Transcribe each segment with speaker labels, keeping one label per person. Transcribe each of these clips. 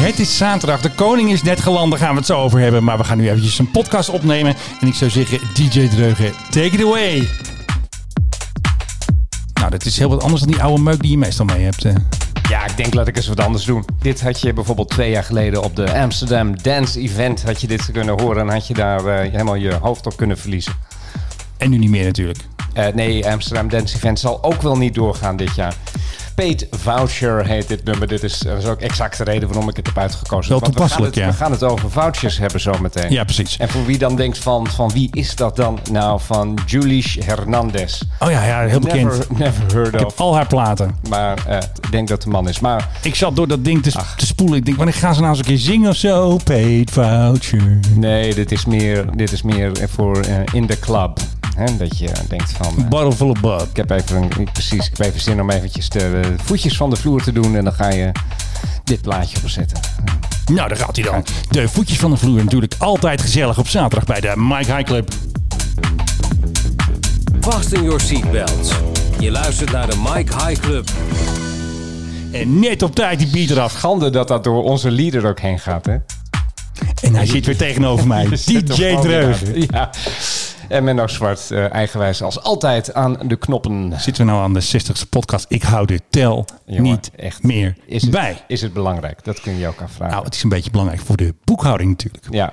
Speaker 1: Het is zaterdag, de koning is net geland, daar gaan we het zo over hebben. Maar we gaan nu eventjes een podcast opnemen. En ik zou zeggen, DJ Dreugen, take it away. Nou, dat is heel wat anders dan die oude meuk die je meestal mee hebt. eh.
Speaker 2: Ja, ik denk laat ik eens wat anders doen. Dit had je bijvoorbeeld twee jaar geleden op de Amsterdam Dance Event had je dit kunnen horen en had je daar eh, helemaal je hoofd op kunnen verliezen.
Speaker 1: En nu niet meer natuurlijk.
Speaker 2: Eh, nee, Amsterdam Dance Event zal ook wel niet doorgaan dit jaar. Paid Voucher heet dit nummer. Dit is, eh, dat is ook exact de reden waarom ik het heb uitgekozen.
Speaker 1: Wel
Speaker 2: Want we gaan
Speaker 1: toepasselijk,
Speaker 2: het-
Speaker 1: ja.
Speaker 2: We gaan het over vouchers hebben zo meteen.
Speaker 1: Ja, precies.
Speaker 2: En voor wie dan denkt van, van wie is dat dan? Nou, van Julius Hernandez.
Speaker 1: Oh ja, ja heel bekend.
Speaker 2: Never, never heard
Speaker 1: Ik heb
Speaker 2: of.
Speaker 1: al haar platen.
Speaker 2: Maar eh, ik denk dat de man is. Maar
Speaker 1: Ik zat door dat ding te, te spoelen. Ik denk, wanneer gaan ze nou eens een keer zingen of zo? Paid voucher.
Speaker 2: Nee, dit is meer, dit is meer voor eh, in de club. Hè? Dat je denkt van. eh,
Speaker 1: Bottle full of bub.
Speaker 2: ik heb even een, ik- precies, ik heb even zin om eventjes de eh, voetjes van de vloer te doen. En dan ga je dit plaatje opzetten.
Speaker 1: Nou, daar gaat hij dan. De voetjes van de vloer natuurlijk altijd gezellig op zaterdag bij de Mike High Club.
Speaker 3: Fasten your seatbelts. Je luistert naar de Mike High Club.
Speaker 1: En net op tijd die beat eraf.
Speaker 2: Schande dat dat door onze leader ook heen gaat, hè?
Speaker 1: En hij zit weer tegenover mij.
Speaker 2: Zet hem
Speaker 1: DJ
Speaker 2: gewoon weer
Speaker 1: Dreug.
Speaker 2: aan. Ja. En Menno Zwart, eh, eigenwijs als altijd aan de knoppen.
Speaker 1: Zitten we nou aan de 60ste podcast? Ik hou de tel
Speaker 2: Jongen,
Speaker 1: niet
Speaker 2: echt.
Speaker 1: meer
Speaker 2: Is het,
Speaker 1: bij.
Speaker 2: is het belangrijk? Dat kun je ook afvragen.
Speaker 1: Nou, het is een beetje belangrijk voor de boekhouding natuurlijk.
Speaker 2: Ja.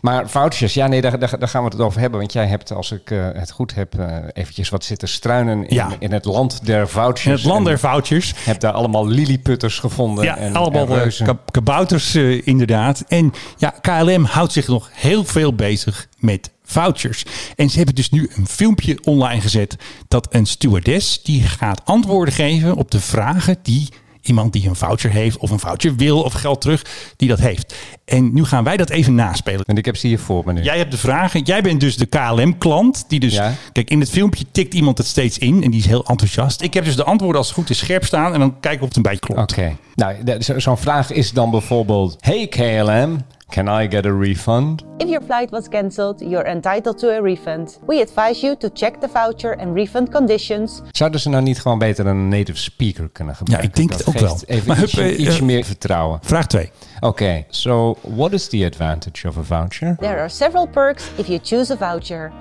Speaker 2: Maar vouchers, ja, nee, daar, daar, daar gaan we het over hebben. Want jij hebt, als ik eh, het goed heb, eh, eventjes wat zitten struinen in,
Speaker 1: Ja.
Speaker 2: in het land der vouchers.
Speaker 1: En het land der
Speaker 2: Dus, En
Speaker 1: vouchers.
Speaker 2: Heb daar allemaal lilliputters gevonden.
Speaker 1: Ja,
Speaker 2: en,
Speaker 1: allemaal
Speaker 2: en
Speaker 1: eh,
Speaker 2: reuzen.
Speaker 1: kab- kabouters eh, inderdaad. En ja, KLM houdt zich nog heel veel bezig met vouchers. En ze hebben dus nu een filmpje online gezet dat een stewardess die gaat antwoorden geven op de vragen die iemand die een voucher heeft of een voucher wil of geld terug, die dat heeft. En nu gaan wij dat even naspelen.
Speaker 2: En ik heb ze hier voor me nu.
Speaker 1: Jij hebt de vragen. Jij bent dus de KLM-klant. Die dus,
Speaker 2: Ja.
Speaker 1: kijk, in het filmpje tikt iemand het steeds in en die is heel enthousiast. Ik heb dus de antwoorden als het goed is scherp staan en dan kijken of het een beetje klopt.
Speaker 2: Oké. Nou, de- zo- zo'n vraag is dan bijvoorbeeld... Hey KLM, can I get a refund?
Speaker 4: If your flight was cancelled, you're entitled to a refund. We advise you to check the voucher and refund conditions.
Speaker 2: Zouden ze nou niet gewoon beter een native speaker kunnen gebruiken?
Speaker 1: ik denk
Speaker 2: dat
Speaker 1: het ook
Speaker 2: geeft
Speaker 1: wel.
Speaker 2: Even
Speaker 1: Maar
Speaker 2: ietsje,
Speaker 1: hup, eh,
Speaker 2: ietsje
Speaker 1: eh,
Speaker 2: meer vertrouwen.
Speaker 1: Vraag 2.
Speaker 2: Oké, so what is the advantage of a voucher?
Speaker 4: There are several perks if you choose a voucher.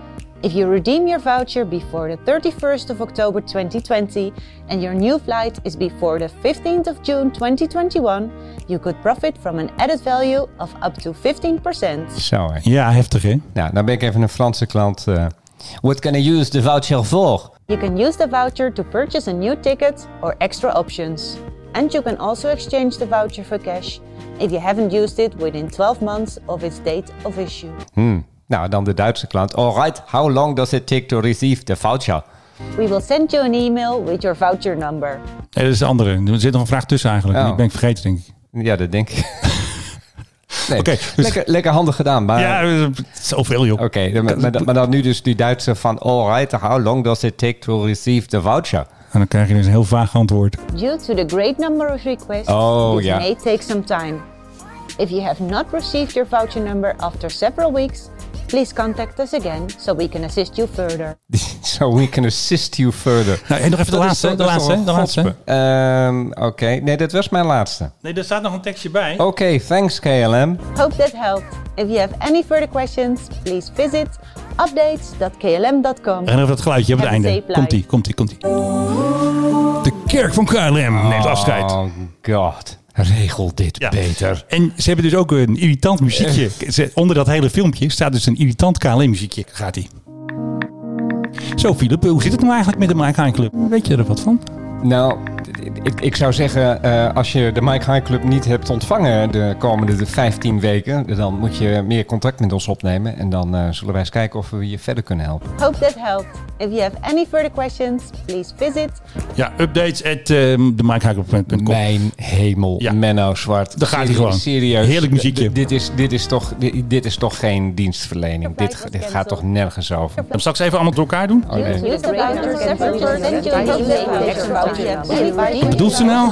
Speaker 4: If you redeem your voucher before the 31st of October 2020 and your new flight is before the 15th of June 2021, you could profit from an added value of up to 15%.
Speaker 2: Zo, hè.
Speaker 1: Ja, heftig hè?
Speaker 2: Nou, dan ben ik even een Franse klant. eh what can I use the voucher for?
Speaker 4: You can use the voucher to purchase a new ticket or extra options. And you can also exchange the voucher for cash if you haven't used it within 12 months of its date of issue.
Speaker 2: Nou, dan de Duitse klant. Alright, how long does it take to receive the voucher?
Speaker 4: We will send you an email with your voucher number.
Speaker 1: Nee, dat is de andere. Er zit nog een vraag tussen eigenlijk.
Speaker 2: Oh.
Speaker 1: Die ben ik vergeten, denk ik.
Speaker 2: Ja, dat denk ik. nee,
Speaker 1: Oké, dus-
Speaker 2: lekker, lekker handig gedaan. Maar,
Speaker 1: ja, eh, zoveel joh.
Speaker 2: Oké, dan- maar, dan- maar dan nu dus die Duitse van... Alright, how long does it take to receive the voucher?
Speaker 1: En dan krijg je dus een heel vaag antwoord.
Speaker 4: Due to the great number of requests,
Speaker 2: Oh,
Speaker 4: this
Speaker 2: yeah.
Speaker 4: may take some time. If you have not received your voucher number after several weeks, please contact us again so we can assist you further.
Speaker 2: So we can assist you further.
Speaker 1: Nou, en nog even de
Speaker 2: Dat
Speaker 1: laatste,
Speaker 2: toch-
Speaker 1: de
Speaker 2: dat
Speaker 1: laatste,
Speaker 2: toch
Speaker 1: de
Speaker 2: een
Speaker 1: laatste.
Speaker 2: godsbe. Ehm, Oké, nee, dat was mijn laatste.
Speaker 1: Nee, er staat nog een tekstje bij.
Speaker 2: Oké, thanks KLM.
Speaker 4: Hope that helped. If you have any further questions, please visit updates.klm.com.
Speaker 1: En even dat geluidje op het einde.
Speaker 4: Hebben zeeplaai.
Speaker 1: Komt-ie, komt-ie, komt-ie. De kerk van KLM neemt afscheid.
Speaker 2: Oh god, regel dit
Speaker 1: Ja.
Speaker 2: beter.
Speaker 1: En ze hebben dus ook een irritant muziekje. Ze- Onder dat hele filmpje staat dus een irritant KLM muziekje. Gaat ie. Zo, Philip, hoe zit het nou eigenlijk met de Mike High Club? Weet je er wat van?
Speaker 2: Nou, ik, ik zou zeggen, eh, als je de Mike High Club niet hebt ontvangen de komende 15 weken, dan moet je meer contact met ons opnemen. En dan eh, zullen wij eens kijken of we je verder kunnen helpen.
Speaker 4: Hope that helped. If you have any further questions, please visit
Speaker 1: Ja, updates at ehm, de Mike High Club.com.
Speaker 2: Mijn hemel,
Speaker 1: Ja.
Speaker 2: Menno Zwart.
Speaker 1: Daar gaat hij
Speaker 2: Serie-
Speaker 1: gewoon.
Speaker 2: Serieus.
Speaker 1: Heerlijk muziekje.
Speaker 2: D- Dit is, dit is, toch, dit, dit is toch geen dienstverlening. Dit, ga- dit gaat toch nergens over.
Speaker 1: Nou, Hem straks even allemaal door elkaar doen?
Speaker 2: Oh, nee.
Speaker 4: Use the voucher. Send you a voucher.
Speaker 1: Wat doet ze nou?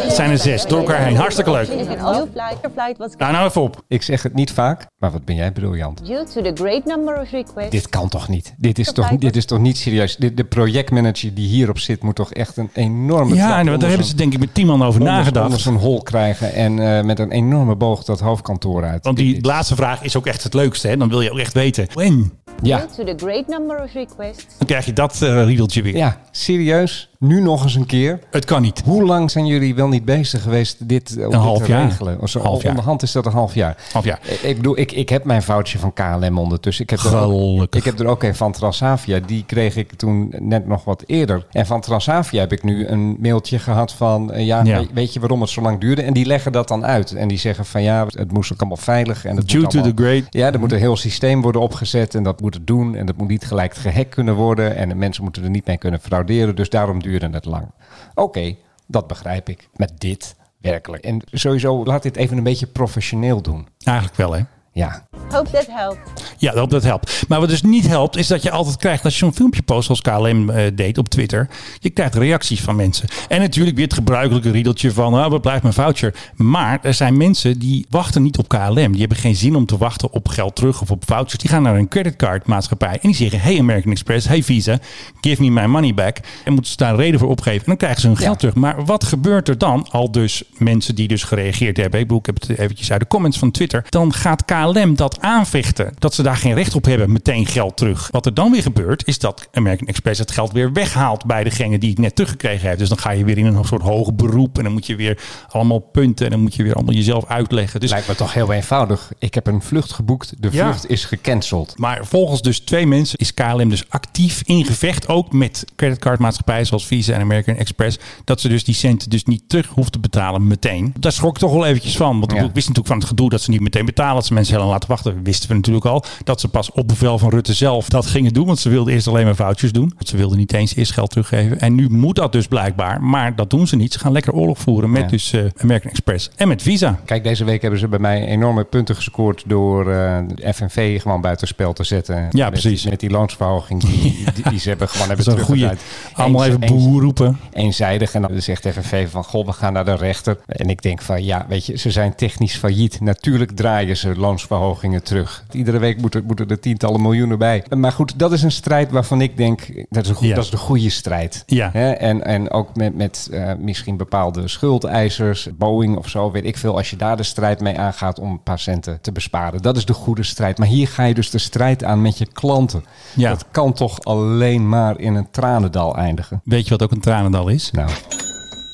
Speaker 1: Het zijn er zes door elkaar heen. Hartstikke leuk.
Speaker 4: New flight, your flight was
Speaker 1: Daar nou even op.
Speaker 2: Ik zeg het niet vaak, maar wat ben jij briljant.
Speaker 4: due to the great number of requests.
Speaker 2: Dit kan toch niet? Dit is toch, dit is toch niet serieus? Dit- de projectmanager die hierop zit moet toch echt een enorme... trap
Speaker 1: Ja, en
Speaker 2: onder
Speaker 1: daar hebben
Speaker 2: zo'n-
Speaker 1: ze denk ik met tien man over
Speaker 2: onder- Onder
Speaker 1: nagedacht.
Speaker 2: zo'n hol krijgen en eh, met een enorme boog dat hoofdkantoor uit.
Speaker 1: Want
Speaker 2: Dit
Speaker 1: die
Speaker 2: is-
Speaker 1: laatste vraag is ook echt het leukste. Hè? Dan wil je ook echt weten. When?
Speaker 2: Ja.
Speaker 4: Due to the great number of requests.
Speaker 1: Dan krijg je dat eh, riedeltje weer.
Speaker 2: ja, serieus. Nu nog eens een keer.
Speaker 1: Het kan niet.
Speaker 2: Hoe lang zijn jullie wel niet bezig geweest dit, eh, om dit
Speaker 1: half
Speaker 2: te
Speaker 1: jaar.
Speaker 2: regelen? Of zo,
Speaker 1: Half jaar.
Speaker 2: Onderhand is dat een half jaar.
Speaker 1: Half jaar.
Speaker 2: Eh, Ik bedoel, ik, ik heb mijn foutje van KLM ondertussen. Ik heb er ook-
Speaker 1: Gelukkig.
Speaker 2: Ik heb er ook een van Transavia. Die kreeg ik toen net nog wat eerder. En van Transavia heb ik nu een mailtje gehad van... eh, ja,
Speaker 1: Ja.
Speaker 2: we- weet je waarom het zo lang duurde? En die leggen dat dan uit. En die zeggen van ja, het moest ook allemaal veilig. En het
Speaker 1: Due
Speaker 2: moet
Speaker 1: to the
Speaker 2: allemaal-
Speaker 1: great.
Speaker 2: Ja, er moet een heel systeem worden opgezet. En dat moet het doen. En dat moet niet gelijk gehackt kunnen worden. En de mensen moeten er niet mee kunnen frauderen. Dus daarom duurde het lang. Oké, dat begrijp ik. Met dit werkelijk. En sowieso, laat dit even een beetje professioneel doen.
Speaker 1: Eigenlijk wel, hè?
Speaker 2: Ja,
Speaker 4: Hope that helped.
Speaker 1: Ja, dat, dat helpt. Maar wat dus niet helpt, is dat je altijd krijgt, als je zo'n filmpje post als KLM eh, deed op Twitter, je krijgt reacties van mensen. En natuurlijk weer het gebruikelijke riedeltje van, oh, wat blijft mijn voucher? Maar er zijn mensen die wachten niet op KLM. Die hebben geen zin om te wachten op geld terug of op vouchers. Die gaan naar een creditcardmaatschappij en die zeggen, hey American Express, hey Visa, give me my money back. En moeten ze daar een reden voor opgeven. En dan krijgen ze hun geld terug. Maar wat gebeurt er dan? Al dus mensen die dus gereageerd hebben. Ik bedoel, ik heb het eventjes uit de comments van Twitter. Dan gaat KLM dat aanvechten. Dat ze daar geen recht op hebben. Meteen geld terug. Wat er dan weer gebeurt, is dat American Express het geld weer weghaalt bij degene die het net teruggekregen heeft. Dus dan ga je weer in een soort hoog beroep. En dan moet je weer allemaal punten. En dan moet je weer allemaal jezelf uitleggen. Dus
Speaker 2: lijkt me toch heel eenvoudig. Ik heb een vlucht geboekt. De
Speaker 1: Ja.
Speaker 2: vlucht is gecanceld.
Speaker 1: Maar volgens dus twee mensen is KLM dus actief in gevecht, ook met creditcardmaatschappijen zoals Visa en American Express, dat ze dus die centen dus niet terug hoeft te betalen meteen. Daar schrok ik toch wel eventjes van, want
Speaker 2: Ja.
Speaker 1: ik wist natuurlijk van het gedoe dat ze niet meteen betalen, dat ze mensen heel lang laten wachten, wisten we natuurlijk al. Dat ze pas op bevel van Rutte zelf dat gingen doen, want ze wilden eerst alleen maar foutjes doen. Want ze wilden niet eens eerst geld teruggeven. En nu moet dat dus blijkbaar, maar dat doen ze niet. Ze gaan lekker oorlog voeren met
Speaker 2: Ja.
Speaker 1: dus eh, American Express en met Visa.
Speaker 2: Kijk, deze week hebben ze bij mij enorme punten gescoord door eh, de FNV gewoon buitenspel te zetten.
Speaker 1: Ja,
Speaker 2: Met-
Speaker 1: precies.
Speaker 2: Met die loonsverhoging die, die, die ze hebben gewoon hebben
Speaker 1: Dat is een goede.
Speaker 2: teruggedaan.
Speaker 1: Allemaal
Speaker 2: Eens-
Speaker 1: even
Speaker 2: eens-
Speaker 1: boer roepen.
Speaker 2: eenzijdig. En dan zegt FNV van, goh, we gaan naar de rechter. En ik denk van, ja, weet je, ze zijn technisch failliet. Natuurlijk draaien ze loonsverhogingen terug. Iedere week moeten, moeten er tientallen miljoenen bij. Maar goed, dat is een strijd waarvan ik denk, dat is, een goe-
Speaker 1: Ja.
Speaker 2: dat is de goede strijd.
Speaker 1: Ja.
Speaker 2: Hè? En, en ook met, met eh, misschien bepaalde schuldeisers, Boeing of zo, weet ik veel. Als je daar de strijd mee aangaat om een paar centen te besparen. Dat is de goede strijd. Maar hier ga je dus de strijd aan met je klanten.
Speaker 1: Ja.
Speaker 2: Dat kan toch alleen maar in een tranendal eindigen.
Speaker 1: Weet je wat ook een tranendal is?
Speaker 2: Nou,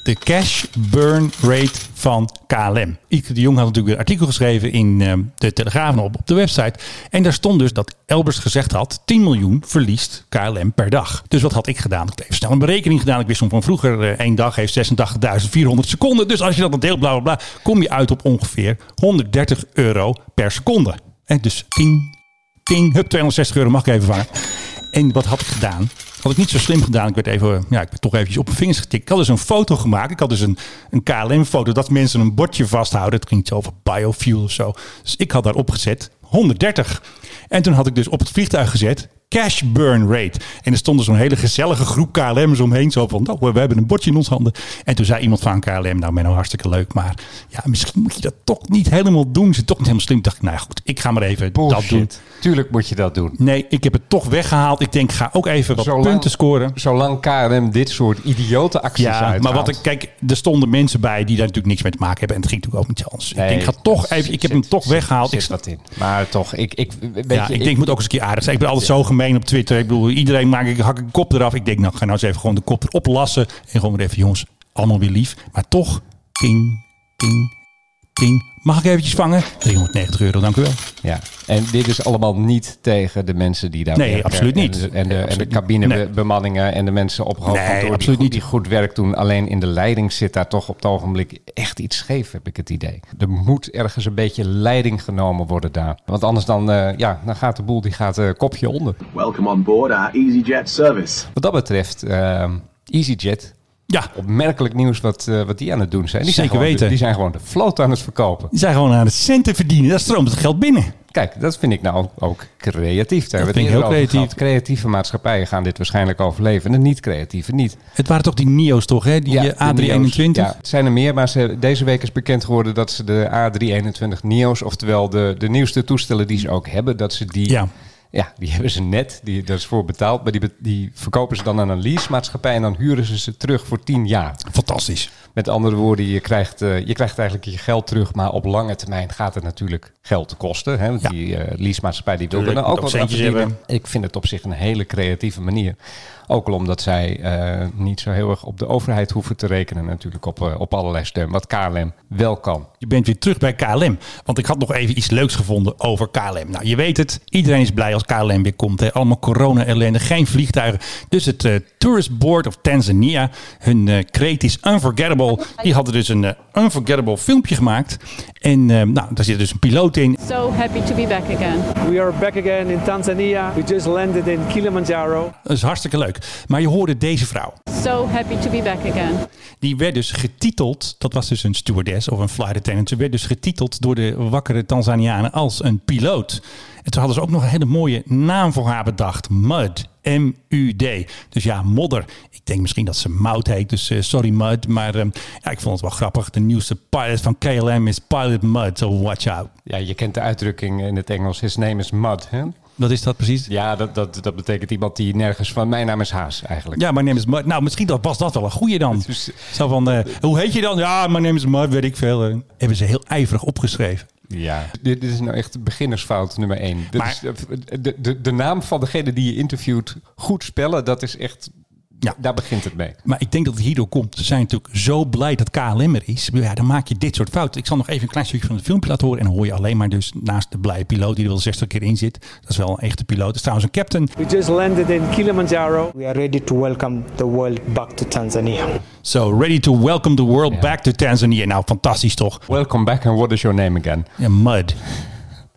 Speaker 1: de cash burn rate van KLM. Ike de Jong had natuurlijk een artikel geschreven in ehm, de Telegraaf en op, op de website. En daar stond dus dat Elbers gezegd had, 10 miljoen verliest KLM per dag. Dus wat had ik gedaan? Ik heb even snel een berekening gedaan. Ik wist hem van vroeger, eh, één dag heeft 86.400 seconden. Dus als je dat dan deelt, bla bla bla, kom je uit op ongeveer 130 euro per seconde. En dus 10 Ting, hup, 260 euro mag ik even vangen. En wat had ik gedaan? Had ik niet zo slim gedaan. Ik werd even, ja, ik werd toch eventjes op mijn vingers getikt. Ik had dus een foto gemaakt. Ik had dus een, een KLM-foto dat mensen een bordje vasthouden. Het ging iets over biofuel of zo. Dus ik had daarop gezet 130. En toen had ik dus op het vliegtuig gezet cash burn rate. En er stonden zo'n hele gezellige groep KLM'ers omheen. Zo van, nou, we hebben een bordje in ons handen. En toen zei iemand van KLM, nou Menno, hartstikke leuk. Maar ja, misschien moet je dat toch niet helemaal doen. Ze toch niet helemaal slim. Toen dacht ik, nou ja, goed, ik ga maar even
Speaker 2: Oh,
Speaker 1: dat doen.
Speaker 2: bullshit. Tuurlijk moet je dat doen.
Speaker 1: Nee, ik heb het toch weggehaald. Ik denk, ga ook even wat
Speaker 2: Zolang-
Speaker 1: punten scoren.
Speaker 2: Zolang KLM dit soort idiote acties
Speaker 1: Ja,
Speaker 2: uithaalt.
Speaker 1: maar wat ik, kijk, er stonden mensen bij die daar natuurlijk niks mee te maken hebben. En het ging natuurlijk ook niet anders.
Speaker 2: Nee,
Speaker 1: ik denk, ga toch
Speaker 2: zit-
Speaker 1: even, ik heb
Speaker 2: zit-
Speaker 1: hem toch
Speaker 2: zit-
Speaker 1: weggehaald.
Speaker 2: Zit
Speaker 1: Ik,
Speaker 2: wat in. Maar toch, ik, ik, weet
Speaker 1: ja,
Speaker 2: je,
Speaker 1: ik denk, ik moet ook eens een keer aardig zijn. Ik ben altijd zo gemeen op Twitter. Ik bedoel, iedereen maak ik, hak ik kop eraf. Ik denk, nou, ik ga nou eens even gewoon de kop erop lassen. En gewoon weer even, jongens, allemaal weer lief. Maar toch, ting, ting, ting. Mag ik eventjes vangen? 390 euro, dank u wel.
Speaker 2: Ja. En dit is allemaal niet tegen de mensen die daar
Speaker 1: Nee,
Speaker 2: werken.
Speaker 1: absoluut niet.
Speaker 2: En, de- en
Speaker 1: Nee,
Speaker 2: de, en de
Speaker 1: absoluut niet. Nee.
Speaker 2: cabinebemanningen en de mensen op hoofdkantoor
Speaker 1: Nee,
Speaker 2: die
Speaker 1: absoluut
Speaker 2: goed-
Speaker 1: niet.
Speaker 2: die goed werk doen. Alleen in de leiding zit daar toch op het ogenblik echt iets scheef, heb ik het idee. Er moet ergens een beetje leiding genomen worden daar. Want anders dan, eh, ja, dan gaat de boel die gaat eh, kopje onder.
Speaker 5: Welcome on board our EasyJet service.
Speaker 2: Wat dat betreft, eh, EasyJet
Speaker 1: Ja,
Speaker 2: opmerkelijk nieuws wat, eh, wat die aan het doen zijn. Die zijn
Speaker 1: Zeker
Speaker 2: gewoon de-
Speaker 1: weten.
Speaker 2: die zijn gewoon de vloot aan het verkopen.
Speaker 1: die zijn gewoon aan het centen verdienen. Daar stroomt het geld binnen.
Speaker 2: Kijk, dat vind ik nou ook creatief. Daar
Speaker 1: Dat
Speaker 2: hebben we
Speaker 1: vind ik
Speaker 2: het eerder
Speaker 1: heel
Speaker 2: over
Speaker 1: creatief.
Speaker 2: gehad. Creatieve maatschappijen gaan dit waarschijnlijk overleven. En de niet-creatieve niet.
Speaker 1: Het waren toch die NIO's toch, hè? Die eh,
Speaker 2: de
Speaker 1: A321?
Speaker 2: Neo's. Ja, het zijn er meer, maar ze, deze week is bekend geworden dat ze de A321 NIO's, oftewel de, de nieuwste toestellen die ze ook hebben, dat ze die...
Speaker 1: Ja.
Speaker 2: Ja. die hebben ze net, die, daar is voor betaald. Maar die, be- die verkopen ze dan aan een leasemaatschappij en dan huren ze ze terug voor 10 jaar.
Speaker 1: Fantastisch.
Speaker 2: Met andere woorden, je krijgt, eh, je krijgt eigenlijk je geld terug, maar op lange termijn gaat het natuurlijk geld kosten. Hè? Want
Speaker 1: Ja.
Speaker 2: die eh leasemaatschappij die wil er
Speaker 1: Tuurlijk,
Speaker 2: dan
Speaker 1: moet ook
Speaker 2: ook wat aan
Speaker 1: centjes
Speaker 2: verdienen.
Speaker 1: hebben.
Speaker 2: Ik vind het op zich een hele creatieve manier. Ook al omdat zij eh, niet zo heel erg op de overheid hoeven te rekenen natuurlijk op, eh, op allerlei steun. Wat KLM wel kan.
Speaker 1: Je bent weer terug bij KLM. Want ik had nog even iets leuks gevonden over KLM. Nou, je weet het. Iedereen is blij als KLM weer komt. Hè. Allemaal corona-ellende, geen vliegtuigen. Dus het eh, Tourist Board of Tanzania, hun eh kreet is unforgettable. Die hadden dus een eh, unforgettable filmpje gemaakt. En eh, nou, daar zit dus een piloot in.
Speaker 6: So happy to be back again.
Speaker 7: We are back again in Tanzania. We just landed in Kilimanjaro.
Speaker 1: Dat is hartstikke leuk. Maar je hoorde deze vrouw.
Speaker 6: So happy to be back again.
Speaker 1: Die werd dus getiteld, dat was dus een stewardess of een flight attendant. Ze werd dus getiteld door de wakkere Tanzanianen als een piloot. En toen hadden ze ook nog een hele mooie naam voor haar bedacht. Mud. M-U-D. Dus ja, modder. Ik denk misschien dat ze Mout heet, dus eh, sorry Mud. Maar ehm, ja, ik vond het wel grappig. De nieuwste pilot van KLM is Pilot Mud, so watch out.
Speaker 2: Ja, je kent de uitdrukking in het Engels, his name is mud. Hè?
Speaker 1: Wat is dat precies?
Speaker 2: Ja, dat, dat, dat betekent iemand die nergens van, mijn naam is Haas eigenlijk.
Speaker 1: Ja, mijn name is Mud. Nou, misschien dat, was dat wel een goeie dan.
Speaker 2: is-
Speaker 1: Zo van, eh, hoe heet je dan? Ja, mijn name is Mud, weet ik veel. eh. hebben ze heel ijverig opgeschreven.
Speaker 2: Ja, dit, dit is nou echt beginnersfout nummer één. Dit
Speaker 1: Maar-
Speaker 2: is, eh, de, de, de naam van degene die je interviewt goed spellen, dat is echt...
Speaker 1: Ja.
Speaker 2: Daar begint het mee.
Speaker 1: Maar ik denk dat het hierdoor komt. Ze zijn natuurlijk zo blij dat KLM er is. Ja, dan maak je dit soort fouten. Ik zal nog even een klein stukje van het filmpje laten horen. En dan hoor je alleen maar dus naast de blije piloot die er wel 60 keer in zit. Dat is wel een echte piloot. Dat is trouwens een captain.
Speaker 7: We just landed in Kilimanjaro.
Speaker 8: We are ready to welcome the world back to Tanzania.
Speaker 1: So ready to welcome the world back to Tanzania. Nou, fantastisch toch?
Speaker 2: Welcome back and what is your name again?
Speaker 1: Ja, mud.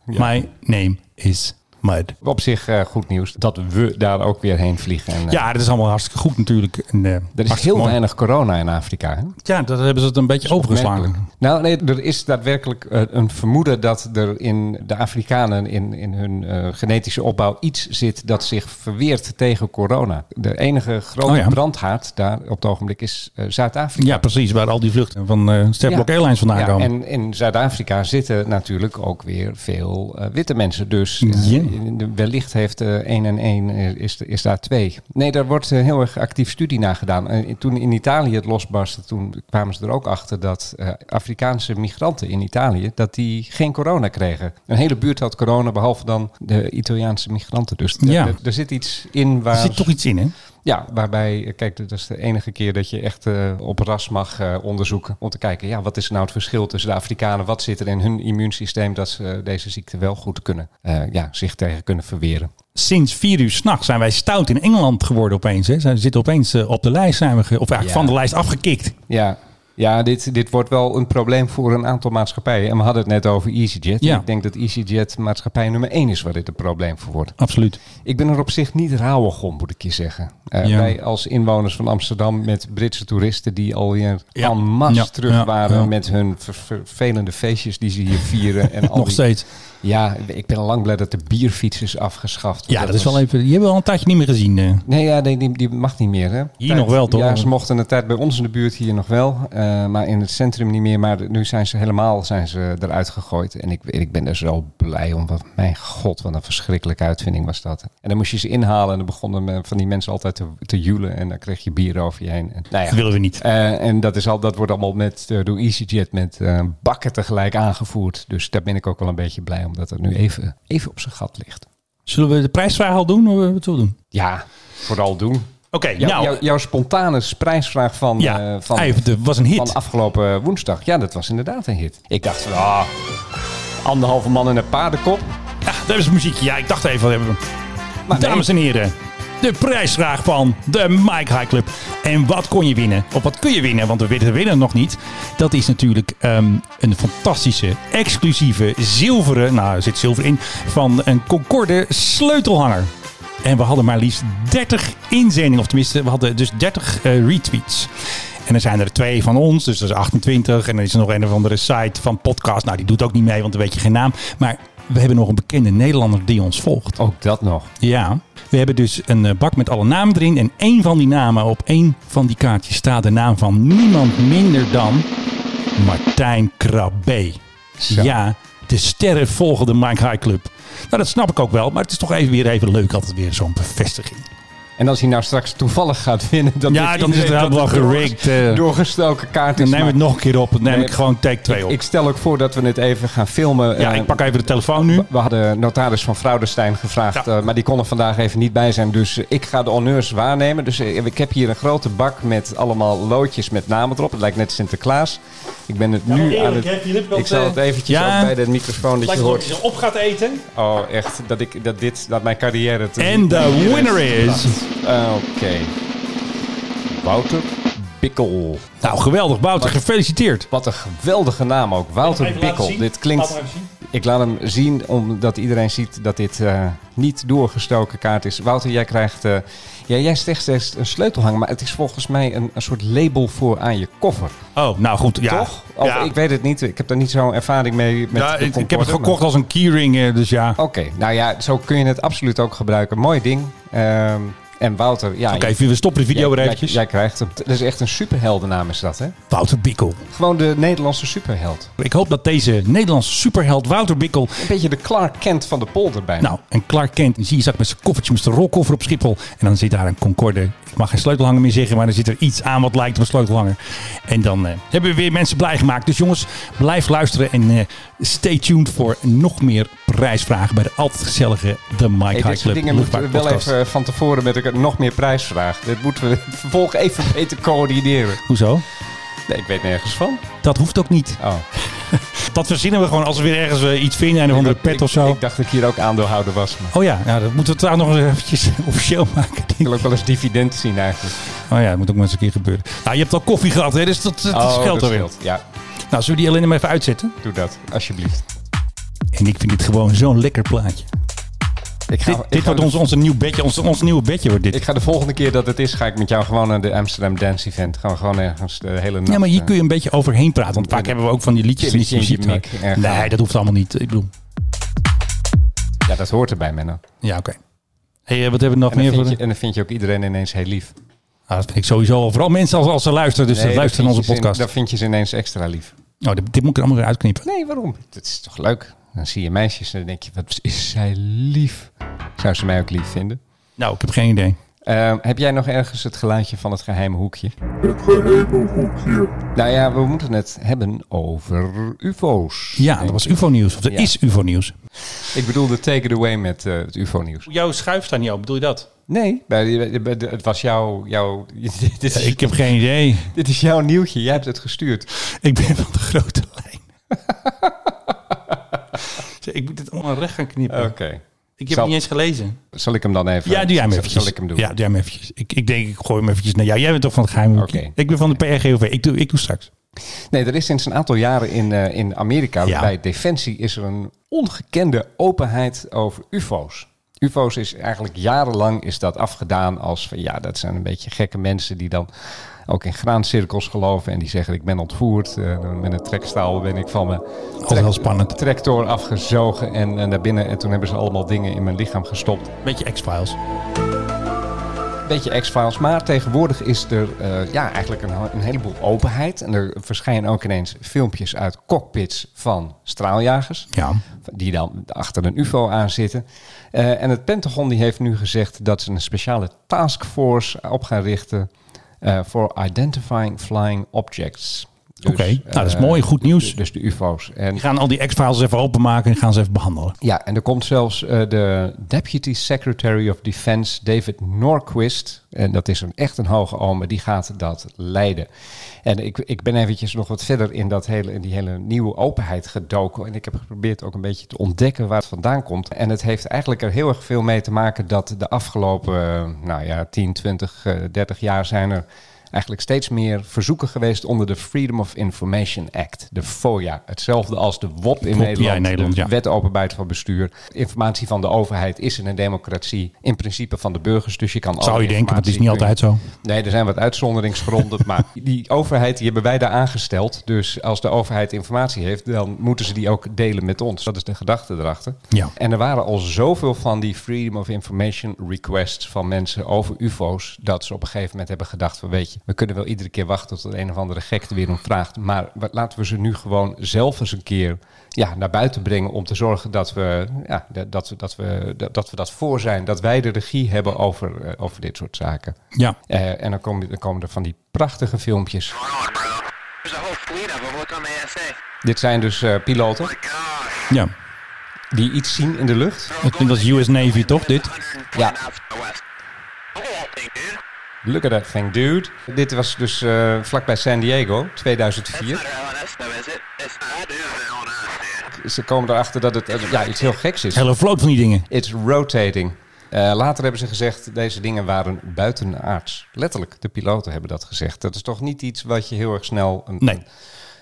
Speaker 1: My name is Mud.
Speaker 2: Op zich eh, goed nieuws dat we daar ook weer heen vliegen. En, eh,
Speaker 1: Ja, dat is allemaal hartstikke goed natuurlijk. En, eh,
Speaker 2: Er is
Speaker 1: hartstikke
Speaker 2: heel
Speaker 1: mooi.
Speaker 2: weinig corona in Afrika. Hè?
Speaker 1: Ja, dat hebben ze het een beetje overgeslagen.
Speaker 2: Opmerkelijk. Nou, nee, er is daadwerkelijk eh, een vermoeden dat er in de Afrikanen in, in hun eh, genetische opbouw iets zit dat zich verweert tegen corona. De enige grote
Speaker 1: Oh ja.
Speaker 2: brandhaard daar op het ogenblik is eh, Zuid-Afrika.
Speaker 1: Ja, precies. Waar al die vluchten van eh Sterblok
Speaker 2: Ja.
Speaker 1: Airlines vandaan
Speaker 2: Ja,
Speaker 1: komen.
Speaker 2: En in Zuid-Afrika zitten natuurlijk ook weer veel eh, witte mensen. Dus eh,
Speaker 1: Ja.
Speaker 2: in- wellicht heeft eh, één en één eh, is, is daar twee. Nee, daar wordt eh, heel erg actief studie naar gedaan. En toen in Italië het losbarstte, toen kwamen ze er ook achter dat eh, Afrikaanse migranten in Italië dat die geen corona kregen. Een hele buurt had corona, behalve dan de Italiaanse migranten. Dus d-
Speaker 1: Ja.
Speaker 2: d- er zit iets in waar.
Speaker 1: Er zit toch iets in, hè?
Speaker 2: Ja, waarbij, eh, kijk, dat is de enige keer dat je echt eh, op ras mag eh, onderzoeken. Om te kijken, ja, wat is nou het verschil tussen de Afrikanen? Wat zit er in hun immuunsysteem dat ze eh, deze ziekte wel goed kunnen, eh, ja, zich tegen kunnen verweren?
Speaker 1: sinds vier uur s'nachts zijn wij stout in Engeland geworden opeens. Hè. Zij zitten opeens eh, op de lijst, zijn we ge- of eigenlijk
Speaker 2: Ja.
Speaker 1: van de lijst afgekikt.
Speaker 2: Ja, ja dit, dit wordt wel een probleem voor een aantal maatschappijen. En we hadden het net over EasyJet.
Speaker 1: Ja.
Speaker 2: Ik denk dat EasyJet maatschappij nummer één is waar dit een probleem voor wordt.
Speaker 1: Absoluut.
Speaker 2: Ik ben er op zich niet rauwig om, moet ik je zeggen. Eh,
Speaker 1: Ja.
Speaker 2: Wij als inwoners van Amsterdam met Britse toeristen die alweer
Speaker 1: Ja.
Speaker 2: en masse
Speaker 1: Ja,
Speaker 2: terug
Speaker 1: ja,
Speaker 2: waren
Speaker 1: ja.
Speaker 2: met hun ver- vervelende feestjes die ze hier vieren. En al
Speaker 1: Nog
Speaker 2: die-
Speaker 1: steeds.
Speaker 2: Ja, ik ben al lang blij dat de bierfiets is afgeschaft. Want
Speaker 1: Ja, dat is
Speaker 2: was-
Speaker 1: wel even. Die hebben we al een tijdje niet meer gezien. eh.
Speaker 2: Nee, ja, die, die, die mag niet meer. Hè?
Speaker 1: Hier nog wel, toch?
Speaker 2: Ja, ze mochten een tijd bij ons in de buurt hier nog wel. eh, maar in het centrum niet meer. Maar nu zijn ze helemaal zijn ze eruit gegooid. En ik, ik ben er zo blij om. Want mijn god, wat een verschrikkelijke uitvinding was dat. En dan moest je ze inhalen. En dan begonnen me- van die mensen altijd te, te joelen. En dan kreeg je bier over je heen. En, nou ja.
Speaker 1: Dat willen we niet.
Speaker 2: Eh, en dat, is al, dat wordt allemaal met, eh, door EasyJet met eh, bakken tegelijk aangevoerd. Dus daar ben ik ook wel een beetje blij om dat het nu even, even op zijn gat ligt.
Speaker 1: Zullen we de prijsvraag al doen? Of eh, wat zullen we doen?
Speaker 2: Ja, vooral doen.
Speaker 1: Oké,
Speaker 2: Jou-
Speaker 1: nou.
Speaker 2: jou- jouw spontane prijsvraag van,
Speaker 1: ja,
Speaker 2: eh, van,
Speaker 1: hij- het was een hit.
Speaker 2: van afgelopen woensdag. Ja, dat was inderdaad een hit. Ik dacht van, ah, anderhalve man en een paardenkop.
Speaker 1: Ja, dat is muziek. Ja, ik dacht even. wat hebben we-
Speaker 2: Maar nee,
Speaker 1: Dames en heren. De prijsvraag van de Mike High Club. En wat kon je winnen? Of wat kun je winnen? Want we weten de winnaar nog niet. Dat is natuurlijk ehm, een fantastische, exclusieve, zilveren... Nou, er zit zilver in. Van een Concorde sleutelhanger. En we hadden maar liefst 30 inzendingen. Of tenminste, we hadden dus 30 eh, retweets. En er zijn er twee van ons, dus dat is 28. En dan is er nog een of andere site van podcast. Nou, die doet ook niet mee, want dan weet je geen naam. Maar We hebben nog een bekende Nederlander die ons volgt.
Speaker 2: Ook dat nog.
Speaker 1: Ja, we hebben dus een eh, bak met alle namen erin. En één van die namen, op één van die kaartjes staat de naam van niemand minder dan Martijn Krabbe.
Speaker 2: Zo.
Speaker 1: Ja, de sterrenvolgende Mike High Club. Nou, dat snap ik ook wel, maar het is toch even weer even leuk altijd weer zo'n bevestiging.
Speaker 2: En als hij nou straks toevallig gaat winnen, dan
Speaker 1: Ja,
Speaker 2: weet
Speaker 1: dan is het
Speaker 2: iedereen
Speaker 1: helemaal
Speaker 2: dat door-
Speaker 1: gerigged, eh.
Speaker 2: Doorgestoken kaart
Speaker 1: Dan
Speaker 2: is.
Speaker 1: neem ik
Speaker 2: maar-
Speaker 1: het nog een keer op, dan neem
Speaker 2: Nee,
Speaker 1: ik gewoon take 2 op.
Speaker 2: Ik stel ook voor dat we het even gaan filmen.
Speaker 1: ja,
Speaker 2: eh,
Speaker 1: ik pak even de telefoon nu.
Speaker 2: We hadden notaris van Fraudestein gevraagd,
Speaker 1: Ja.
Speaker 2: eh, maar die kon er vandaag even niet bij zijn. Dus eh, ik ga de honneurs waarnemen. Dus eh, ik heb hier een grote bak met allemaal loodjes met namen erop. Het lijkt net Sinterklaas. Ik ben het nu aan het... ik zal het eventjes
Speaker 1: ja.
Speaker 2: ook bij de microfoon dat je hoort.
Speaker 1: op gaat eten.
Speaker 2: Oh, echt. Dat, ik, dat, dit, dat mijn carrière... te-
Speaker 1: En de winner is...
Speaker 2: Eh, Oké. Wouter Bikkel.
Speaker 1: Nou, geweldig, Wouter. Gefeliciteerd.
Speaker 2: Wat een geweldige naam ook. Wouter Bikkel. Dit klinkt... Ik laat hem zien omdat iedereen ziet dat dit eh, niet doorgestoken kaart is. Wouter, jij krijgt. eh, ja, jij zegt steeds een sleutelhanger, maar het is volgens mij een, een soort label voor aan je koffer.
Speaker 1: Oh, nou goed. Ja.
Speaker 2: Toch? Of,
Speaker 1: Ja.
Speaker 2: Ik weet het niet. Ik heb daar niet zo'n ervaring mee. Met
Speaker 1: Ja,
Speaker 2: de
Speaker 1: ik, ik heb
Speaker 2: Concorde,
Speaker 1: het
Speaker 2: maar-
Speaker 1: gekocht als een keyring, eh, dus ja. Oké,
Speaker 2: Oké, nou ja, zo kun je het absoluut ook gebruiken. Mooi ding. Ehm, en Wouter, ja. jij-
Speaker 1: we stoppen de video weer
Speaker 2: jij,
Speaker 1: eventjes.
Speaker 2: jij krijgt hem. Dat is echt een superheldennaam is dat, hè?
Speaker 1: Wouter Bikkel.
Speaker 2: Gewoon de Nederlandse superheld.
Speaker 1: Ik hoop dat deze Nederlandse superheld Wouter Bikkel...
Speaker 2: Een beetje de Clark Kent van de polder bijna.
Speaker 1: Nou, en Clark Kent, die zie je straks met zijn koffertje, met zijn rolkoffer op Schiphol. En dan zit daar een Concorde. Ik mag geen sleutelhanger meer zeggen, maar dan zit er iets aan wat lijkt op een sleutelhanger. En dan eh, hebben we weer mensen blij gemaakt. Dus jongens, blijf luisteren en eh, stay tuned voor nog meer prijsvragen bij de altijd gezellige The Mike
Speaker 2: Hey,
Speaker 1: High
Speaker 2: dit soort
Speaker 1: Club
Speaker 2: dingen moeten we wel
Speaker 1: Luchtvaartpodcast.
Speaker 2: even eh, van tevoren met elkaar nog meer prijsvragen. Dit moeten we vervolgens even beter coördineren.
Speaker 1: Hoezo?
Speaker 2: Nee, ik weet nergens van.
Speaker 1: Dat hoeft ook niet.
Speaker 2: Oh.
Speaker 1: Dat verzinnen we gewoon als we weer ergens eh, iets vinden, een of andere pet
Speaker 2: ik,
Speaker 1: of zo.
Speaker 2: Ik dacht dat ik hier ook aandeelhouder was. Maar
Speaker 1: Oh ja, ja, dat moeten we trouwens nog eens eventjes officieel maken.
Speaker 2: ik wil ook wel eens dividend zien eigenlijk.
Speaker 1: Oh ja, dat moet ook maar eens een keer gebeuren. Nou, je hebt al koffie gehad, hè, dus dat, dat
Speaker 2: Oh,
Speaker 1: scheelt alweer.
Speaker 2: scheelt. Ja,
Speaker 1: Nou, zullen we die alleen maar even uitzetten?
Speaker 2: doe dat. Alsjeblieft.
Speaker 1: En ik vind dit gewoon zo'n lekker plaatje.
Speaker 2: Nou, Ik
Speaker 1: dit dit wordt
Speaker 2: de,
Speaker 1: ons, onze nieuw bedje, ons, ons nieuwe bedje wordt dit.
Speaker 2: Ik ga de volgende keer dat het is, ga ik met jou gewoon naar de Amsterdam Dance Event. Gaan we gewoon ergens de hele nacht...
Speaker 1: ja, maar hier
Speaker 2: eh,
Speaker 1: kun je een beetje overheen praten. Want vaak hebben we ook van die liedjes en die
Speaker 2: Chili
Speaker 1: muziek.
Speaker 2: Chili
Speaker 1: erbij.
Speaker 2: Mick, erg.
Speaker 1: Nee, dat hoeft allemaal niet. Ik bedoel,
Speaker 2: Ja, dat hoort erbij, Menno. En
Speaker 1: ja, oké. hey, eh, wat hebben we nog
Speaker 2: dan,
Speaker 1: meer voor?
Speaker 2: vind
Speaker 1: de-
Speaker 2: je, en dan vind je ook iedereen ineens heel lief.
Speaker 1: Ah, dat vind ik sowieso. al. Vooral mensen als, als ze luisteren, dus
Speaker 2: Nee,
Speaker 1: ze
Speaker 2: dan
Speaker 1: luisteren naar
Speaker 2: vind
Speaker 1: onze
Speaker 2: je
Speaker 1: podcast.
Speaker 2: ze in- Dan vind je ze ineens extra lief.
Speaker 1: Oh, dit, dit moet ik er allemaal weer uitknippen.
Speaker 2: Nee, waarom? Dat is toch leuk? Dan zie je meisjes en dan denk je, wat is zij lief. Zou ze mij ook lief vinden?
Speaker 1: Nou, ik heb geen idee.
Speaker 2: Ehm, heb jij nog ergens het geluidje van het geheime hoekje? Het geheime hoekje. Nou ja, we moeten het hebben over ufo's.
Speaker 1: Ja, dat was UFO-nieuws. Of er
Speaker 2: Ja.
Speaker 1: is UFO-nieuws.
Speaker 2: Ik bedoel de take it away met eh, het ufo-nieuws.
Speaker 1: Jouw schuif staat niet open, bedoel je dat?
Speaker 2: Nee, bij, bij- het was jouw... jouw dit, is,
Speaker 1: Ik heb geen idee.
Speaker 2: dit is jouw nieuwtje, jij hebt het gestuurd.
Speaker 1: Ik ben van de grote lijn. Zeg, ik moet dit allemaal recht gaan knippen.
Speaker 2: Oké.
Speaker 1: Ik heb
Speaker 2: Zal-
Speaker 1: het niet eens gelezen.
Speaker 2: Zal ik hem dan even...
Speaker 1: Ja, doe jij hem
Speaker 2: zal-
Speaker 1: eventjes.
Speaker 2: Zal ik hem doen?
Speaker 1: Ja, doe jij hem eventjes. Ik, ik denk, ik gooi hem eventjes naar jou. Jij bent toch van het geheim hoekje?
Speaker 2: Oké.
Speaker 1: Ik ben van de PRGOV. Ik doe, ik doe straks.
Speaker 2: Nee, er is sinds een aantal jaren in, eh, in Amerika
Speaker 1: Ja.
Speaker 2: bij Defensie is er een ongekende openheid over UFO's. UFO's is eigenlijk jarenlang is dat afgedaan als van ja, dat zijn een beetje gekke mensen die dan ook in graancirkels geloven en die zeggen ik ben ontvoerd, eh, met een trekstaal ben ik van mijn
Speaker 1: Altijd wel spannend.
Speaker 2: tractor afgezogen en, en naar binnen en toen hebben ze allemaal dingen in mijn lichaam gestopt.
Speaker 1: Beetje X-Files.
Speaker 2: Beetje X-Files, maar tegenwoordig is er eh, ja, eigenlijk een, een heleboel openheid. En er verschijnen ook ineens filmpjes uit cockpits van straaljagers.
Speaker 1: Ja.
Speaker 2: Die dan achter een UFO aan zitten. Eh, en het Pentagon die heeft nu gezegd dat ze een speciale taskforce op gaan richten. eh, voor identifying flying objects. Dus,
Speaker 1: Oké. Nou, dat is
Speaker 2: eh,
Speaker 1: mooi. Goed nieuws.
Speaker 2: Dus, dus de UFO's. En
Speaker 1: Die gaan al die X-Files even openmaken en gaan ze even behandelen.
Speaker 2: ja, en er komt zelfs eh, de Deputy Secretary of Defense, David Norquist. En dat is een, echt een hoge oom, en die gaat dat leiden. En ik, ik ben eventjes nog wat verder in, dat hele, in die hele nieuwe openheid gedoken. En ik heb geprobeerd ook een beetje te ontdekken waar het vandaan komt. En het heeft eigenlijk er heel erg veel mee te maken dat de afgelopen, eh, nou ja, 10, 20, eh, 30 jaar zijn er eigenlijk steeds meer verzoeken geweest onder de Freedom of Information Act, de FOIA. Hetzelfde als de WOP in
Speaker 1: ja,
Speaker 2: Nederland,
Speaker 1: in Nederland,
Speaker 2: de
Speaker 1: ja.
Speaker 2: Wet Openbaarheid van Bestuur. Informatie van de overheid is in een democratie in principe van de burgers, dus je kan
Speaker 1: Zou
Speaker 2: alle
Speaker 1: je denken, maar het is niet
Speaker 2: informatie
Speaker 1: altijd zo.
Speaker 2: Nee, er zijn wat uitzonderingsgronden, maar die overheid die hebben wij daar aangesteld. Dus als de overheid informatie heeft, dan moeten ze die ook delen met ons. Dat is de gedachte erachter.
Speaker 1: Ja.
Speaker 2: En er waren al zoveel van die Freedom of Information requests van mensen over UFO's, dat ze op een gegeven moment hebben gedacht van weet je, we kunnen wel iedere keer wachten tot een of andere gek er weer om vraagt, maar wat- laten we ze nu gewoon zelf eens een keer ja, naar buiten brengen om te zorgen dat we, ja, dat, dat, we- dat, we, dat, dat we dat voor zijn, dat wij de regie hebben over, eh, over dit soort zaken.
Speaker 1: Ja.
Speaker 2: Eh, en dan, kom je, dan komen er van die prachtige filmpjes. Dit zijn dus eh, piloten
Speaker 1: ja.
Speaker 2: die iets zien in de lucht.
Speaker 1: Het klinkt als US Navy, toch, dit?
Speaker 2: Ja. Look at that thing, dude. Dit was dus eh, vlakbij San Diego, 2004. Ze komen erachter dat het eh, ja, iets heel geks is.
Speaker 1: Hele vloot van die dingen.
Speaker 2: It's rotating. Eh, later hebben ze gezegd, deze dingen waren buitenaards. Letterlijk, de piloten hebben dat gezegd. Dat is toch niet iets wat je heel erg snel... Een,
Speaker 1: Nee.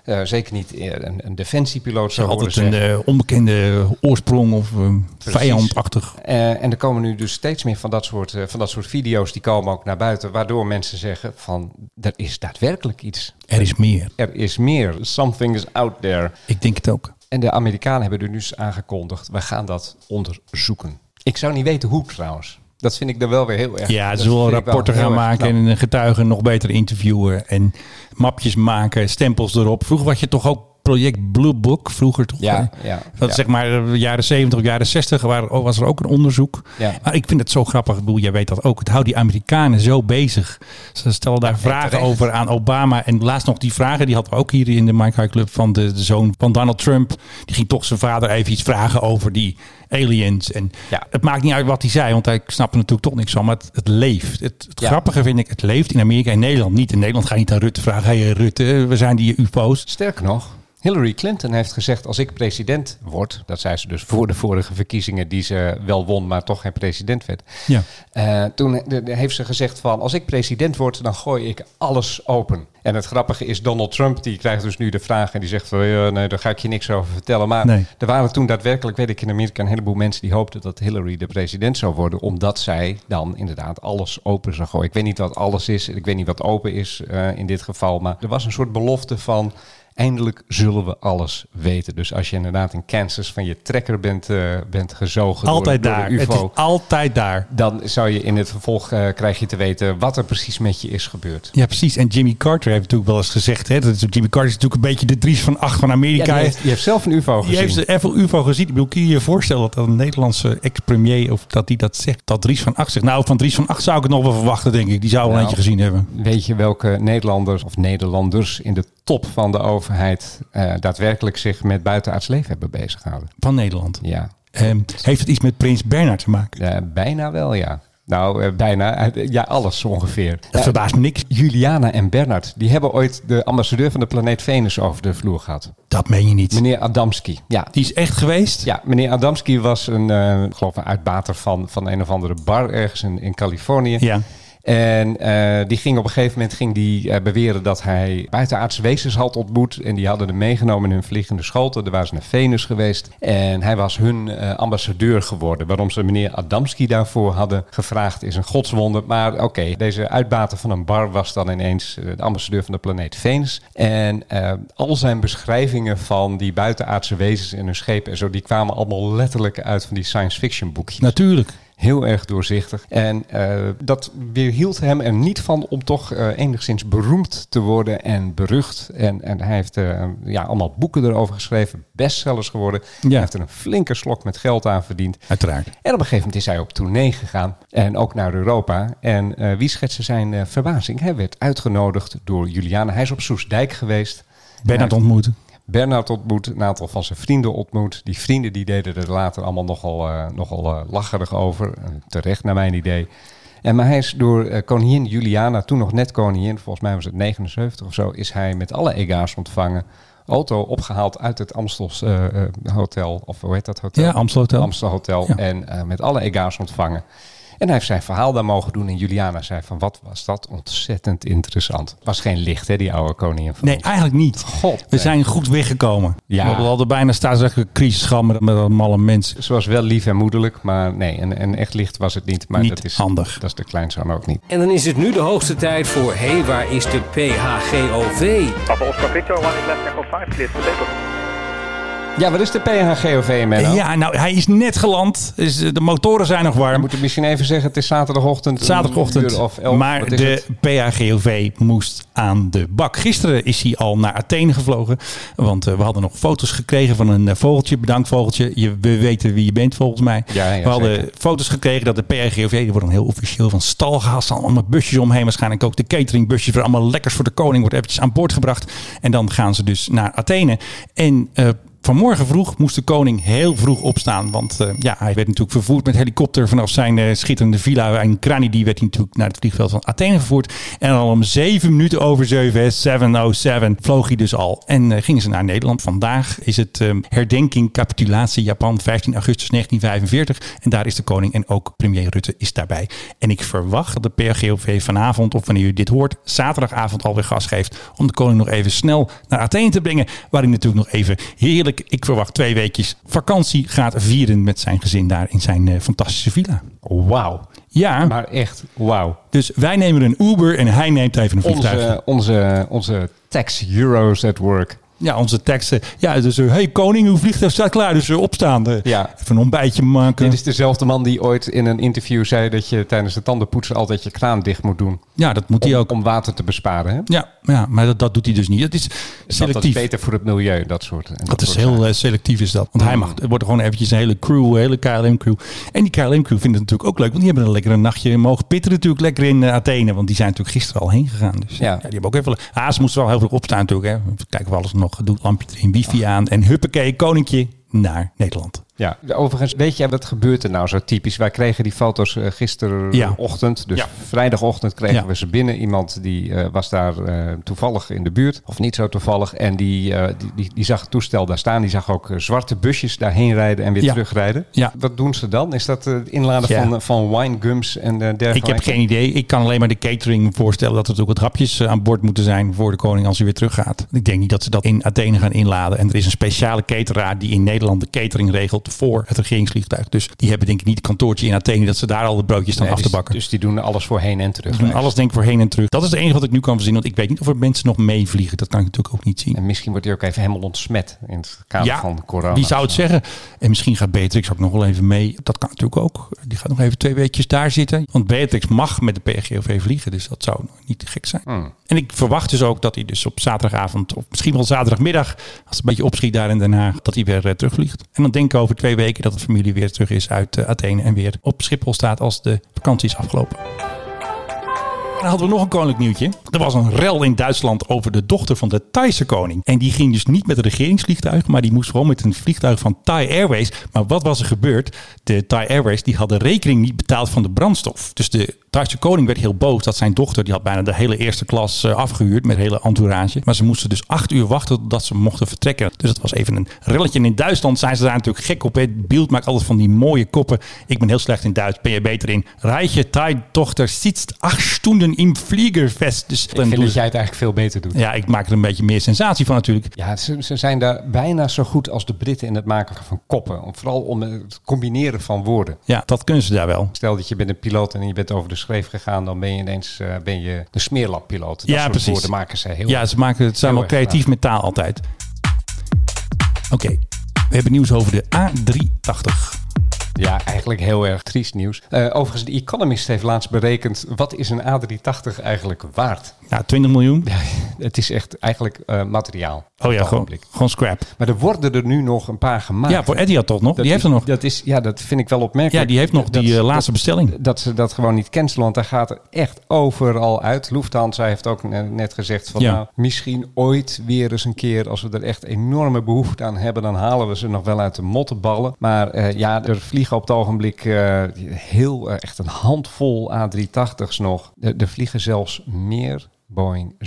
Speaker 2: eh, zeker niet eh, een, een defensiepiloot zou horen
Speaker 1: Altijd een
Speaker 2: zeggen.
Speaker 1: eh, onbekende oorsprong of eh,
Speaker 2: Precies.
Speaker 1: vijandachtig.
Speaker 2: Eh, en er komen nu dus steeds meer van dat, soort, eh, van dat soort video's, die komen ook naar buiten, waardoor mensen zeggen van, er is daadwerkelijk iets.
Speaker 1: Er is meer.
Speaker 2: Er is meer. Something is out there.
Speaker 1: Ik denk het ook.
Speaker 2: En de Amerikanen hebben er nu eens aangekondigd, we gaan dat onderzoeken. Ik zou niet weten hoe trouwens. Dat vind ik dan wel weer heel erg.
Speaker 1: Ja,
Speaker 2: dat
Speaker 1: ze willen
Speaker 2: vind ik wel
Speaker 1: rapporten
Speaker 2: heel
Speaker 1: gaan
Speaker 2: erg
Speaker 1: maken
Speaker 2: knap.
Speaker 1: en getuigen nog beter interviewen. En mapjes maken, stempels erop. Vroeger was je toch ook project Blue Book, vroeger toch?
Speaker 2: Ja,
Speaker 1: hè?
Speaker 2: ja,
Speaker 1: Dat
Speaker 2: ja.
Speaker 1: zeg maar eh, jaren 70 of jaren 60 waar- oh, was er ook een onderzoek.
Speaker 2: Ja.
Speaker 1: Maar ik vind het zo grappig. Ik bedoel, jij weet dat ook. Het houdt die Amerikanen zo bezig. Ze stellen daar vragen
Speaker 2: terecht.
Speaker 1: over aan Obama. En laatst nog die vragen, die hadden we ook hier in de Mike High Club van de, de zoon van Donald Trump. Die ging toch zijn vader even iets vragen over die aliens. En
Speaker 2: Ja.
Speaker 1: het maakt niet uit wat hij zei, want hij snapte natuurlijk toch niks van. Maar het, het leeft. Het, het
Speaker 2: Ja.
Speaker 1: grappige vind ik, het leeft in Amerika en Nederland niet. In Nederland ga je niet aan Rutte vragen. Hé hey, Rutte, we zijn die UFO's.
Speaker 2: Sterker nog, Hillary Clinton heeft gezegd: als ik president word, dat zei ze dus voor de vorige verkiezingen die ze wel won, maar toch geen president werd.
Speaker 1: Ja.
Speaker 2: Eh, toen he- de- heeft ze gezegd van als ik president word, dan gooi ik alles open. En het grappige is, Donald Trump die krijgt dus nu de vraag en die zegt van "Ja, nee, daar ga ik je niks over vertellen. Maar
Speaker 1: Nee.
Speaker 2: Nou, er waren toen daadwerkelijk, weet ik in Amerika, een heleboel mensen die hoopten dat Hillary de president zou worden. Omdat zij dan inderdaad alles open zou gooien. Ik weet niet wat alles is. Ik weet niet wat open is eh, in dit geval. Maar er was een soort belofte van. Eindelijk zullen we alles weten. Dus als je inderdaad in Kansas van je trekker bent, eh, bent gezogen
Speaker 1: Altijd
Speaker 2: door,
Speaker 1: daar.
Speaker 2: door de
Speaker 1: Het
Speaker 2: UFO.
Speaker 1: is altijd daar.
Speaker 2: Dan zou je in het vervolg eh, krijg je te weten wat er precies met je is gebeurd.
Speaker 1: Ja, precies. En Jimmy Carter heeft natuurlijk wel eens gezegd. Hè, dat is- Jimmy Carter is natuurlijk een beetje de Dries van acht van Amerika.
Speaker 2: je, hebt, je hebt zelf een UFO
Speaker 1: Die
Speaker 2: gezien.
Speaker 1: heeft ze even UFO gezien. Ik bedoel, kun je je voorstellen dat een Nederlandse ex-premier of dat die dat zegt, dat Dries van Acht zegt. Nou, van Dries van Acht zou ik het nog wel verwachten, denk ik. Die zou wel
Speaker 2: Nou.
Speaker 1: eentje gezien hebben.
Speaker 2: Weet je welke Nederlanders of Nederlanders in de top van de overheid eh, daadwerkelijk zich met buitenaards leven hebben bezighouden?
Speaker 1: Van Nederland.
Speaker 2: Ja,
Speaker 1: Ehm, heeft het iets met Prins Bernhard te maken?
Speaker 2: eh, bijna wel ja. Nou, eh, bijna. Eh, Ja, alles ongeveer.
Speaker 1: Dat verbaast me niks.
Speaker 2: Juliana en Bernard, die hebben ooit de ambassadeur van de planeet Venus over de vloer gehad.
Speaker 1: Dat meen je niet.
Speaker 2: Meneer Adamski. Ja,
Speaker 1: Die is echt geweest.
Speaker 2: Ja, meneer Adamski was een, eh, ik geloof een uitbater van, van een of andere bar ergens in, in Californië.
Speaker 1: Ja.
Speaker 2: En eh, die ging op een gegeven moment ging die, eh, beweren dat hij buitenaardse wezens had ontmoet. En die hadden hem meegenomen in hun vliegende schotel. Daar waren ze naar Venus geweest. En hij was hun eh, ambassadeur geworden. Waarom ze meneer Adamski daarvoor hadden gevraagd is een godswonder. Maar oké, deze uitbater van een bar was dan ineens eh, de ambassadeur van de planeet Venus. En eh, al zijn beschrijvingen van die buitenaardse wezens en hun schepen en zo... die kwamen allemaal letterlijk uit van die science fiction boekjes.
Speaker 1: Natuurlijk.
Speaker 2: Heel erg doorzichtig. En eh, dat weerhield hem er niet van om toch eh, enigszins beroemd te worden en berucht. En, en hij heeft eh, ja, allemaal boeken erover geschreven, bestsellers geworden.
Speaker 1: Ja.
Speaker 2: Hij heeft er een flinke slok met geld aan verdiend.
Speaker 1: Uiteraard.
Speaker 2: En op een gegeven moment is hij op tournee gegaan en ook naar Europa. En eh, wie schetste zijn eh, verbazing? Hij werd uitgenodigd door Juliana. Hij is op Soesdijk geweest.
Speaker 1: Bernhard
Speaker 2: Ja.
Speaker 1: ontmoeten.
Speaker 2: Bernard ontmoet, een aantal van zijn vrienden ontmoet. Die vrienden die deden er later allemaal nogal, eh, nogal eh, lacherig over. Eh, terecht naar mijn idee. En maar hij is door eh, koningin Juliana, toen nog net koningin, volgens mij was het 79 of zo, is hij met alle ega's ontvangen. Auto opgehaald uit het Amstels eh, eh, Hotel, of hoe heet dat hotel?
Speaker 1: Ja, Amstel Hotel.
Speaker 2: Amstel Hotel.
Speaker 1: Ja.
Speaker 2: En eh, met alle ega's ontvangen. En hij heeft zijn verhaal daar mogen doen. En Juliana zei van wat was dat ontzettend interessant. Het was geen licht hè, die oude koningin van
Speaker 1: Nee,
Speaker 2: ons.
Speaker 1: eigenlijk niet.
Speaker 2: God,
Speaker 1: we
Speaker 2: nee.
Speaker 1: zijn goed weggekomen.
Speaker 2: Ja.
Speaker 1: We hadden bijna staatsrechtelijke crisis gehad met met dat malle mens.
Speaker 2: Ze was wel lief en moederlijk, maar nee, en, en echt licht was het niet. Maar
Speaker 1: Niet
Speaker 2: dat is
Speaker 1: handig.
Speaker 2: Dat is de kleinzoon ook niet.
Speaker 3: En dan is het nu de hoogste tijd voor Hé, hey, waar is de PHGOV?
Speaker 9: Papa Oscar Victor, one is left echo 5, clear for takeoff.
Speaker 2: Ja, wat is de PHGOV, Menno?
Speaker 1: Ja, nou, hij is net geland. Dus eh, de motoren zijn nog
Speaker 2: We
Speaker 1: warm.
Speaker 2: moeten misschien even zeggen, het is zaterdagochtend.
Speaker 1: Zaterdagochtend.
Speaker 2: een uur of elf.
Speaker 1: maar
Speaker 2: Wat is
Speaker 1: de
Speaker 2: het?
Speaker 1: PAGOV moest aan de bak. Gisteren is hij al naar Athene gevlogen. Want eh, we hadden nog foto's gekregen van een eh, vogeltje. Bedankt vogeltje. Je, we weten wie je bent volgens mij.
Speaker 2: Ja, ja,
Speaker 1: we hadden
Speaker 2: zeker.
Speaker 1: foto's gekregen dat de PAGOV... Die wordt dan heel officieel van stal gehaald. Er staan allemaal busjes omheen waarschijnlijk ook. De cateringbusjes waar allemaal lekkers voor de koning wordt eventjes aan boord gebracht. En dan gaan ze dus naar Athene. En... eh, Vanmorgen vroeg moest de koning heel vroeg opstaan. Want eh, ja, hij werd natuurlijk vervoerd met helikopter vanaf zijn eh, schitterende villa in Kranidi. Werd hij natuurlijk naar het vliegveld van Athene vervoerd. En al om zeven minuten over zeven, hè, 707, vloog hij dus al. En eh, gingen ze naar Nederland. Vandaag is het eh, herdenking capitulatie Japan 15 augustus 1945. En daar is de koning en ook premier Rutte is daarbij. En ik verwacht dat de PRGOV vanavond, of wanneer u dit hoort, zaterdagavond alweer gas geeft. Om de koning nog even snel naar Athene te brengen. Waar hij natuurlijk nog even heerlijk, ik verwacht twee weekjes vakantie gaat vieren met zijn gezin daar in zijn eh, fantastische villa.
Speaker 2: Wauw.
Speaker 1: Ja,
Speaker 2: Maar echt, wauw.
Speaker 1: dus wij nemen een Uber en hij neemt even een vliegtuig.
Speaker 2: Onze, onze, onze tax euros at work.
Speaker 1: Ja, onze teksten. Ja, dus eh, hey koning, uw vliegtuig staat klaar. Dus eh, opstaan. eh,
Speaker 2: Ja.
Speaker 1: Even een ontbijtje maken.
Speaker 2: Dit is dezelfde man die ooit in een interview zei dat je tijdens het tandenpoetsen altijd je kraan dicht moet doen.
Speaker 1: Ja, dat moet hij
Speaker 2: Om,
Speaker 1: ook.
Speaker 2: om water te besparen. Hè?
Speaker 1: Ja, ja maar dat, dat doet hij dus niet. Dat is
Speaker 2: Dat, dat is
Speaker 1: selectief. Dat,
Speaker 2: beter voor het milieu, dat soort. en
Speaker 1: is
Speaker 2: soort
Speaker 1: heel
Speaker 2: zaken.
Speaker 1: eh, selectief is dat. Want
Speaker 2: Hmm.
Speaker 1: hij mag, er wordt gewoon eventjes een hele crew, een hele KLM-crew. En die KLM-crew vinden het natuurlijk ook leuk, want die hebben een lekkere nachtje. en Mogen pitten natuurlijk lekker in eh, Athene, want die zijn natuurlijk gisteren al heen gegaan. Dus ja.
Speaker 2: Ja.
Speaker 1: die hebben ook even... Haas moest wel heel veel opstaan natuurlijk. Hè. Even kijken we alles nog. Doet lampje erin, wifi
Speaker 2: Ah.
Speaker 1: aan. En huppakee, koninkje, naar Nederland.
Speaker 2: Ja. Overigens, weet jij wat gebeurt er nou zo typisch? Wij kregen die foto's eh, gisterochtend, dus
Speaker 1: Ja.
Speaker 2: vrijdagochtend kregen
Speaker 1: Ja.
Speaker 2: we ze binnen. Iemand die eh, was daar eh, toevallig in de buurt, of niet zo toevallig, en die, eh, die, die, die zag het toestel daar staan. Die zag ook eh, zwarte busjes daarheen rijden en weer
Speaker 1: Ja.
Speaker 2: terugrijden.
Speaker 1: Ja.
Speaker 2: Wat doen ze dan? Is dat eh, het inladen
Speaker 1: Ja.
Speaker 2: van, eh, van winegums en eh, dergelijke?
Speaker 1: Ik heb geen idee. Ik kan alleen maar de catering me voorstellen dat er natuurlijk wat hapjes eh, aan boord moeten zijn voor de koning als hij weer teruggaat. Ik denk niet dat ze dat in Athene gaan inladen. En er is een speciale cateraar die in Nederland de catering regelt voor het regeringsvliegtuig. Dus die hebben denk ik niet een kantoortje in Athene dat ze daar al de broodjes staan
Speaker 2: Nee,
Speaker 1: af te
Speaker 2: dus-
Speaker 1: bakken.
Speaker 2: Dus die doen alles voor heen en terug.
Speaker 1: Ze doen alles denk ik voor heen en terug. Dat is het enige wat ik nu kan verzinnen. Want ik weet niet of er mensen nog meevliegen. Dat kan ik natuurlijk ook niet zien.
Speaker 2: En misschien wordt hij ook even helemaal ontsmet in het kader van corona.
Speaker 1: wie zou het zeggen? En misschien gaat Beatrix ook nog wel even mee. Dat kan natuurlijk ook. Die gaat nog even twee weekjes daar zitten. Want Beatrix mag met de PRGOV vliegen. Dus dat zou niet te gek zijn.
Speaker 2: Hmm.
Speaker 1: En ik verwacht dus ook dat hij dus op zaterdagavond... of misschien wel zaterdagmiddag... als het een beetje opschiet daar in Den Haag... dat hij weer eh, terugvliegt. En dan denk ik over twee weken dat de familie weer terug is uit eh, Athene... en weer op Schiphol staat als de vakantie is afgelopen. Dan hadden we nog een koninklijk nieuwtje. Er was een rel in Duitsland over de dochter van de Thaise koning. En die ging dus niet met een regeringsvliegtuig, maar die moest gewoon met een vliegtuig van Thai Airways. Maar wat was er gebeurd? De Thai Airways die had de rekening niet betaald van de brandstof. Dus de Thaise koning werd heel boos dat zijn dochter, die had bijna de hele eerste klas eh, afgehuurd met hele entourage. Maar ze moesten dus acht uur wachten totdat ze mochten vertrekken. Dus dat was even een relletje. En in Duitsland zijn ze daar natuurlijk gek op. hè. Beeld maakt altijd van die mooie koppen. Ik ben heel slecht in Duits, ben je beter in. Rijtje Thai-dochter zit acht stunden in vliegervest. Dus
Speaker 2: Ik
Speaker 1: dan
Speaker 2: vind
Speaker 1: doen
Speaker 2: dat
Speaker 1: ze-
Speaker 2: jij het eigenlijk veel beter doet.
Speaker 1: Ja, ik maak er een beetje meer sensatie van natuurlijk.
Speaker 2: Ja, ze, ze zijn daar bijna zo goed als de Britten in het maken van koppen. Om- Vooral om eh, het combineren van woorden.
Speaker 1: Ja, dat kunnen ze daar wel.
Speaker 2: Stel dat je bent een piloot en je bent over de schreef gegaan, dan ben je ineens eh, ben je de smeerlappiloot. Dat
Speaker 1: Ja,
Speaker 2: soort
Speaker 1: precies.
Speaker 2: woorden maken ze heel
Speaker 1: Ja, ze maken het zijn
Speaker 2: heel
Speaker 1: wel
Speaker 2: erg
Speaker 1: creatief met taal altijd. Oké, we hebben nieuws over de A380.
Speaker 2: Ja, eigenlijk heel erg triest nieuws. Eh, overigens, de Economist heeft laatst berekend, wat is een A380 eigenlijk waard?
Speaker 1: Ja, 20 miljoen.
Speaker 2: Het is echt eigenlijk eh, materiaal.
Speaker 1: Oh ja,
Speaker 2: Op het
Speaker 1: gewoon,
Speaker 2: ogenblik.
Speaker 1: gewoon scrap.
Speaker 2: Maar er worden er nu nog een paar gemaakt.
Speaker 1: Ja, voor Etihad toch nog?
Speaker 2: Ah,
Speaker 1: die
Speaker 2: Dat is-
Speaker 1: heeft er nog.
Speaker 2: Dat is, ja, dat vind ik wel opmerkelijk.
Speaker 1: Ja, die heeft nog
Speaker 2: Dat-
Speaker 1: die eh,
Speaker 2: dat-
Speaker 1: laatste bestelling.
Speaker 2: dat ze dat gewoon niet cancelen. Want daar gaat er echt overal uit. Lufthansa heeft ook ne- net gezegd van
Speaker 1: Ja.
Speaker 2: nou, misschien ooit weer eens een keer als we er echt enorme behoefte aan hebben, dan halen we ze nog wel uit de mottenballen. Maar eh, ja, er vliegen op het ogenblik eh, heel eh, echt een handvol A380's nog. Er, er vliegen zelfs meer Boeing 737-200.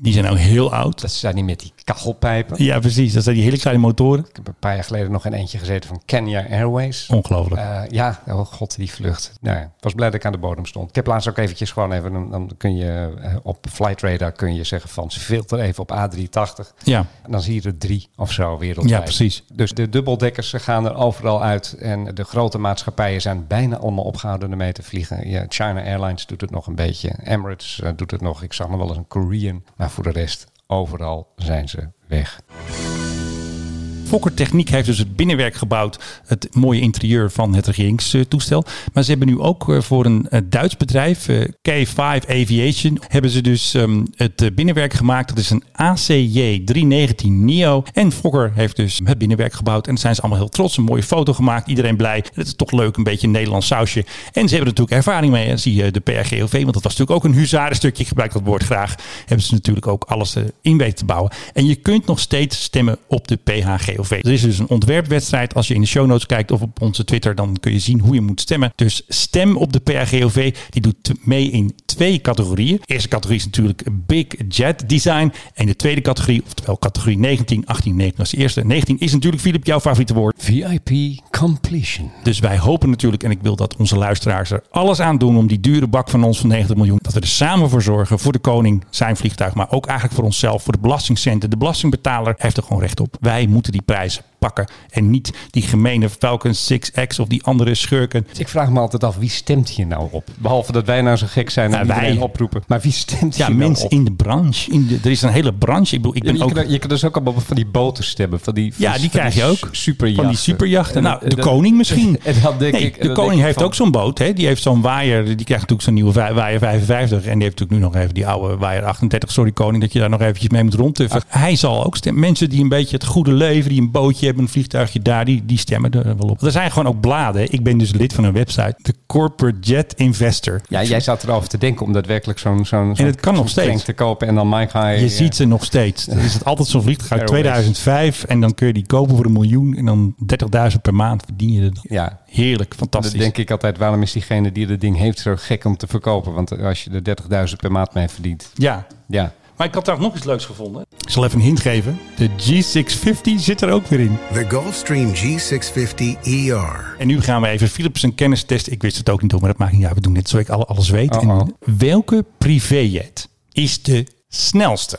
Speaker 1: Die zijn ook heel oud.
Speaker 2: Dat zijn die met die kachelpijpen.
Speaker 1: Ja, precies. Dat zijn die hele kleine motoren.
Speaker 2: Ik heb een paar jaar geleden nog in eentje gezeten van Kenya Airways.
Speaker 1: Ongelooflijk.
Speaker 2: Eh, ja, oh god, die vlucht. Nou, ja, ik was blij dat ik aan de bodem stond. Ik heb laatst ook eventjes gewoon even, dan- dan kun je eh, op Flight Radar kun je zeggen van filter even op A380.
Speaker 1: Ja.
Speaker 2: En dan zie je er drie of zo wereldwijd.
Speaker 1: Ja, precies.
Speaker 2: Dus de dubbeldekkers ze gaan er overal uit. En de grote maatschappijen zijn bijna allemaal opgehouden ermee te vliegen. Ja, China Airlines doet het nog een beetje. Emirates eh, doet het nog. Ik zag nog wel eens een Korean. Maar voor de rest, overal zijn ze weg.
Speaker 1: Fokker Techniek heeft dus het binnenwerk gebouwd, het mooie interieur van het regeringstoestel. Maar ze hebben nu ook eh, voor een eh, Duits bedrijf, eh, K5 Aviation, hebben ze dus ehm, het eh, binnenwerk gemaakt. Dat is een ACJ 319 NEO. En Fokker heeft dus het binnenwerk gebouwd. En daar zijn ze allemaal heel trots. Een mooie foto gemaakt. Iedereen blij. Het is toch leuk, een beetje een Nederlands sausje. En ze hebben er natuurlijk ervaring mee. hè. Zie je de PRGOV, want dat was natuurlijk ook een huzarenstukje. Ik gebruik dat woord graag. Hebben ze natuurlijk ook alles eh, in weten te bouwen. En je kunt nog steeds stemmen op de PHGOV. Er is dus een ontwerpwedstrijd. Als je in de show notes kijkt of op onze Twitter, dan kun je zien hoe je moet stemmen. Dus stem op de PHGOV. Die doet t- mee in twee categorieën. De eerste categorie is natuurlijk Big Jet Design. En de tweede categorie, oftewel categorie 19, 18, 19 als de eerste. 19 is natuurlijk, Filip, jouw favoriete woord.
Speaker 2: VIP completion.
Speaker 1: Dus wij hopen natuurlijk, en ik wil dat onze luisteraars er alles aan doen om die dure bak van ons van 90 miljoen, dat we er samen voor zorgen voor de koning, zijn vliegtuig, maar ook eigenlijk voor onszelf, voor de belastingcenten. De belastingbetaler heeft er gewoon recht op. Wij moeten die prijzen pakken en niet die gemene Falcon 6X of die andere schurken.
Speaker 2: Dus Ik vraag me altijd af, wie stemt hier nou op? Behalve dat wij nou zo gek zijn en
Speaker 1: Nou, wij.
Speaker 2: iedereen oproepen. Maar wie stemt
Speaker 1: Ja,
Speaker 2: hier nou
Speaker 1: mensen
Speaker 2: op?
Speaker 1: in de branche. In de, er is een hele branche. Ik bedoel, ik
Speaker 2: Ja,
Speaker 1: ben
Speaker 2: je,
Speaker 1: ook...
Speaker 2: kan, je kan dus ook allemaal van die boten stemmen. Van die, van
Speaker 1: Ja, die
Speaker 2: van
Speaker 1: krijg je
Speaker 2: su-
Speaker 1: ook.
Speaker 2: Superjachten.
Speaker 1: Van die superjachten.
Speaker 2: En
Speaker 1: Nou,
Speaker 2: dan-
Speaker 1: de
Speaker 2: dan-
Speaker 1: koning misschien.
Speaker 2: En dan denk
Speaker 1: Nee,
Speaker 2: ik,
Speaker 1: de koning heeft ook zo'n boot. Hè? Die heeft zo'n waaier. Die krijgt natuurlijk zo'n nieuwe wa- waaier 55. En die heeft natuurlijk nu nog even die oude waaier 38. Sorry koning, dat je daar nog eventjes mee moet rondtuffen. Hij zal ook stemmen. Mensen die een beetje het goede leven, die een bootje hebben, een vliegtuigje daar, die, die stemmen er wel op. Er zijn gewoon ook bladen. hè. Ik ben dus lid van een website. De Corporate Jet Investor.
Speaker 2: Ja, jij zat erover te denken om daadwerkelijk zo'n zo'n zo'n-
Speaker 1: het kan nog
Speaker 2: zo'n tank
Speaker 1: steeds.
Speaker 2: te kopen en dan Mike High.
Speaker 1: Je ziet ze nog steeds. Er is het altijd zo'n vliegtuig uit
Speaker 2: Airways.
Speaker 1: 2005. En dan kun je die kopen voor een miljoen. En dan 30.000 per maand verdien je er. dan.
Speaker 2: Ja.
Speaker 1: Heerlijk, fantastisch.
Speaker 2: Dan denk ik altijd, waarom is diegene die dat ding heeft zo gek om te verkopen? Want als je er 30.000 per maand mee verdient.
Speaker 1: Ja.
Speaker 2: Ja.
Speaker 1: Maar ik had daar nog iets leuks gevonden. Ik zal even een hint geven. De G650 zit er ook weer in.
Speaker 10: The Gulfstream G650 ER.
Speaker 1: En nu gaan we even Philips een kennistest. Ik wist het ook niet, hoor, maar dat maakt niet uit. We doen dit zodat ik alle- alles weet.
Speaker 2: Uh-oh.
Speaker 1: En welke privéjet is de snelste?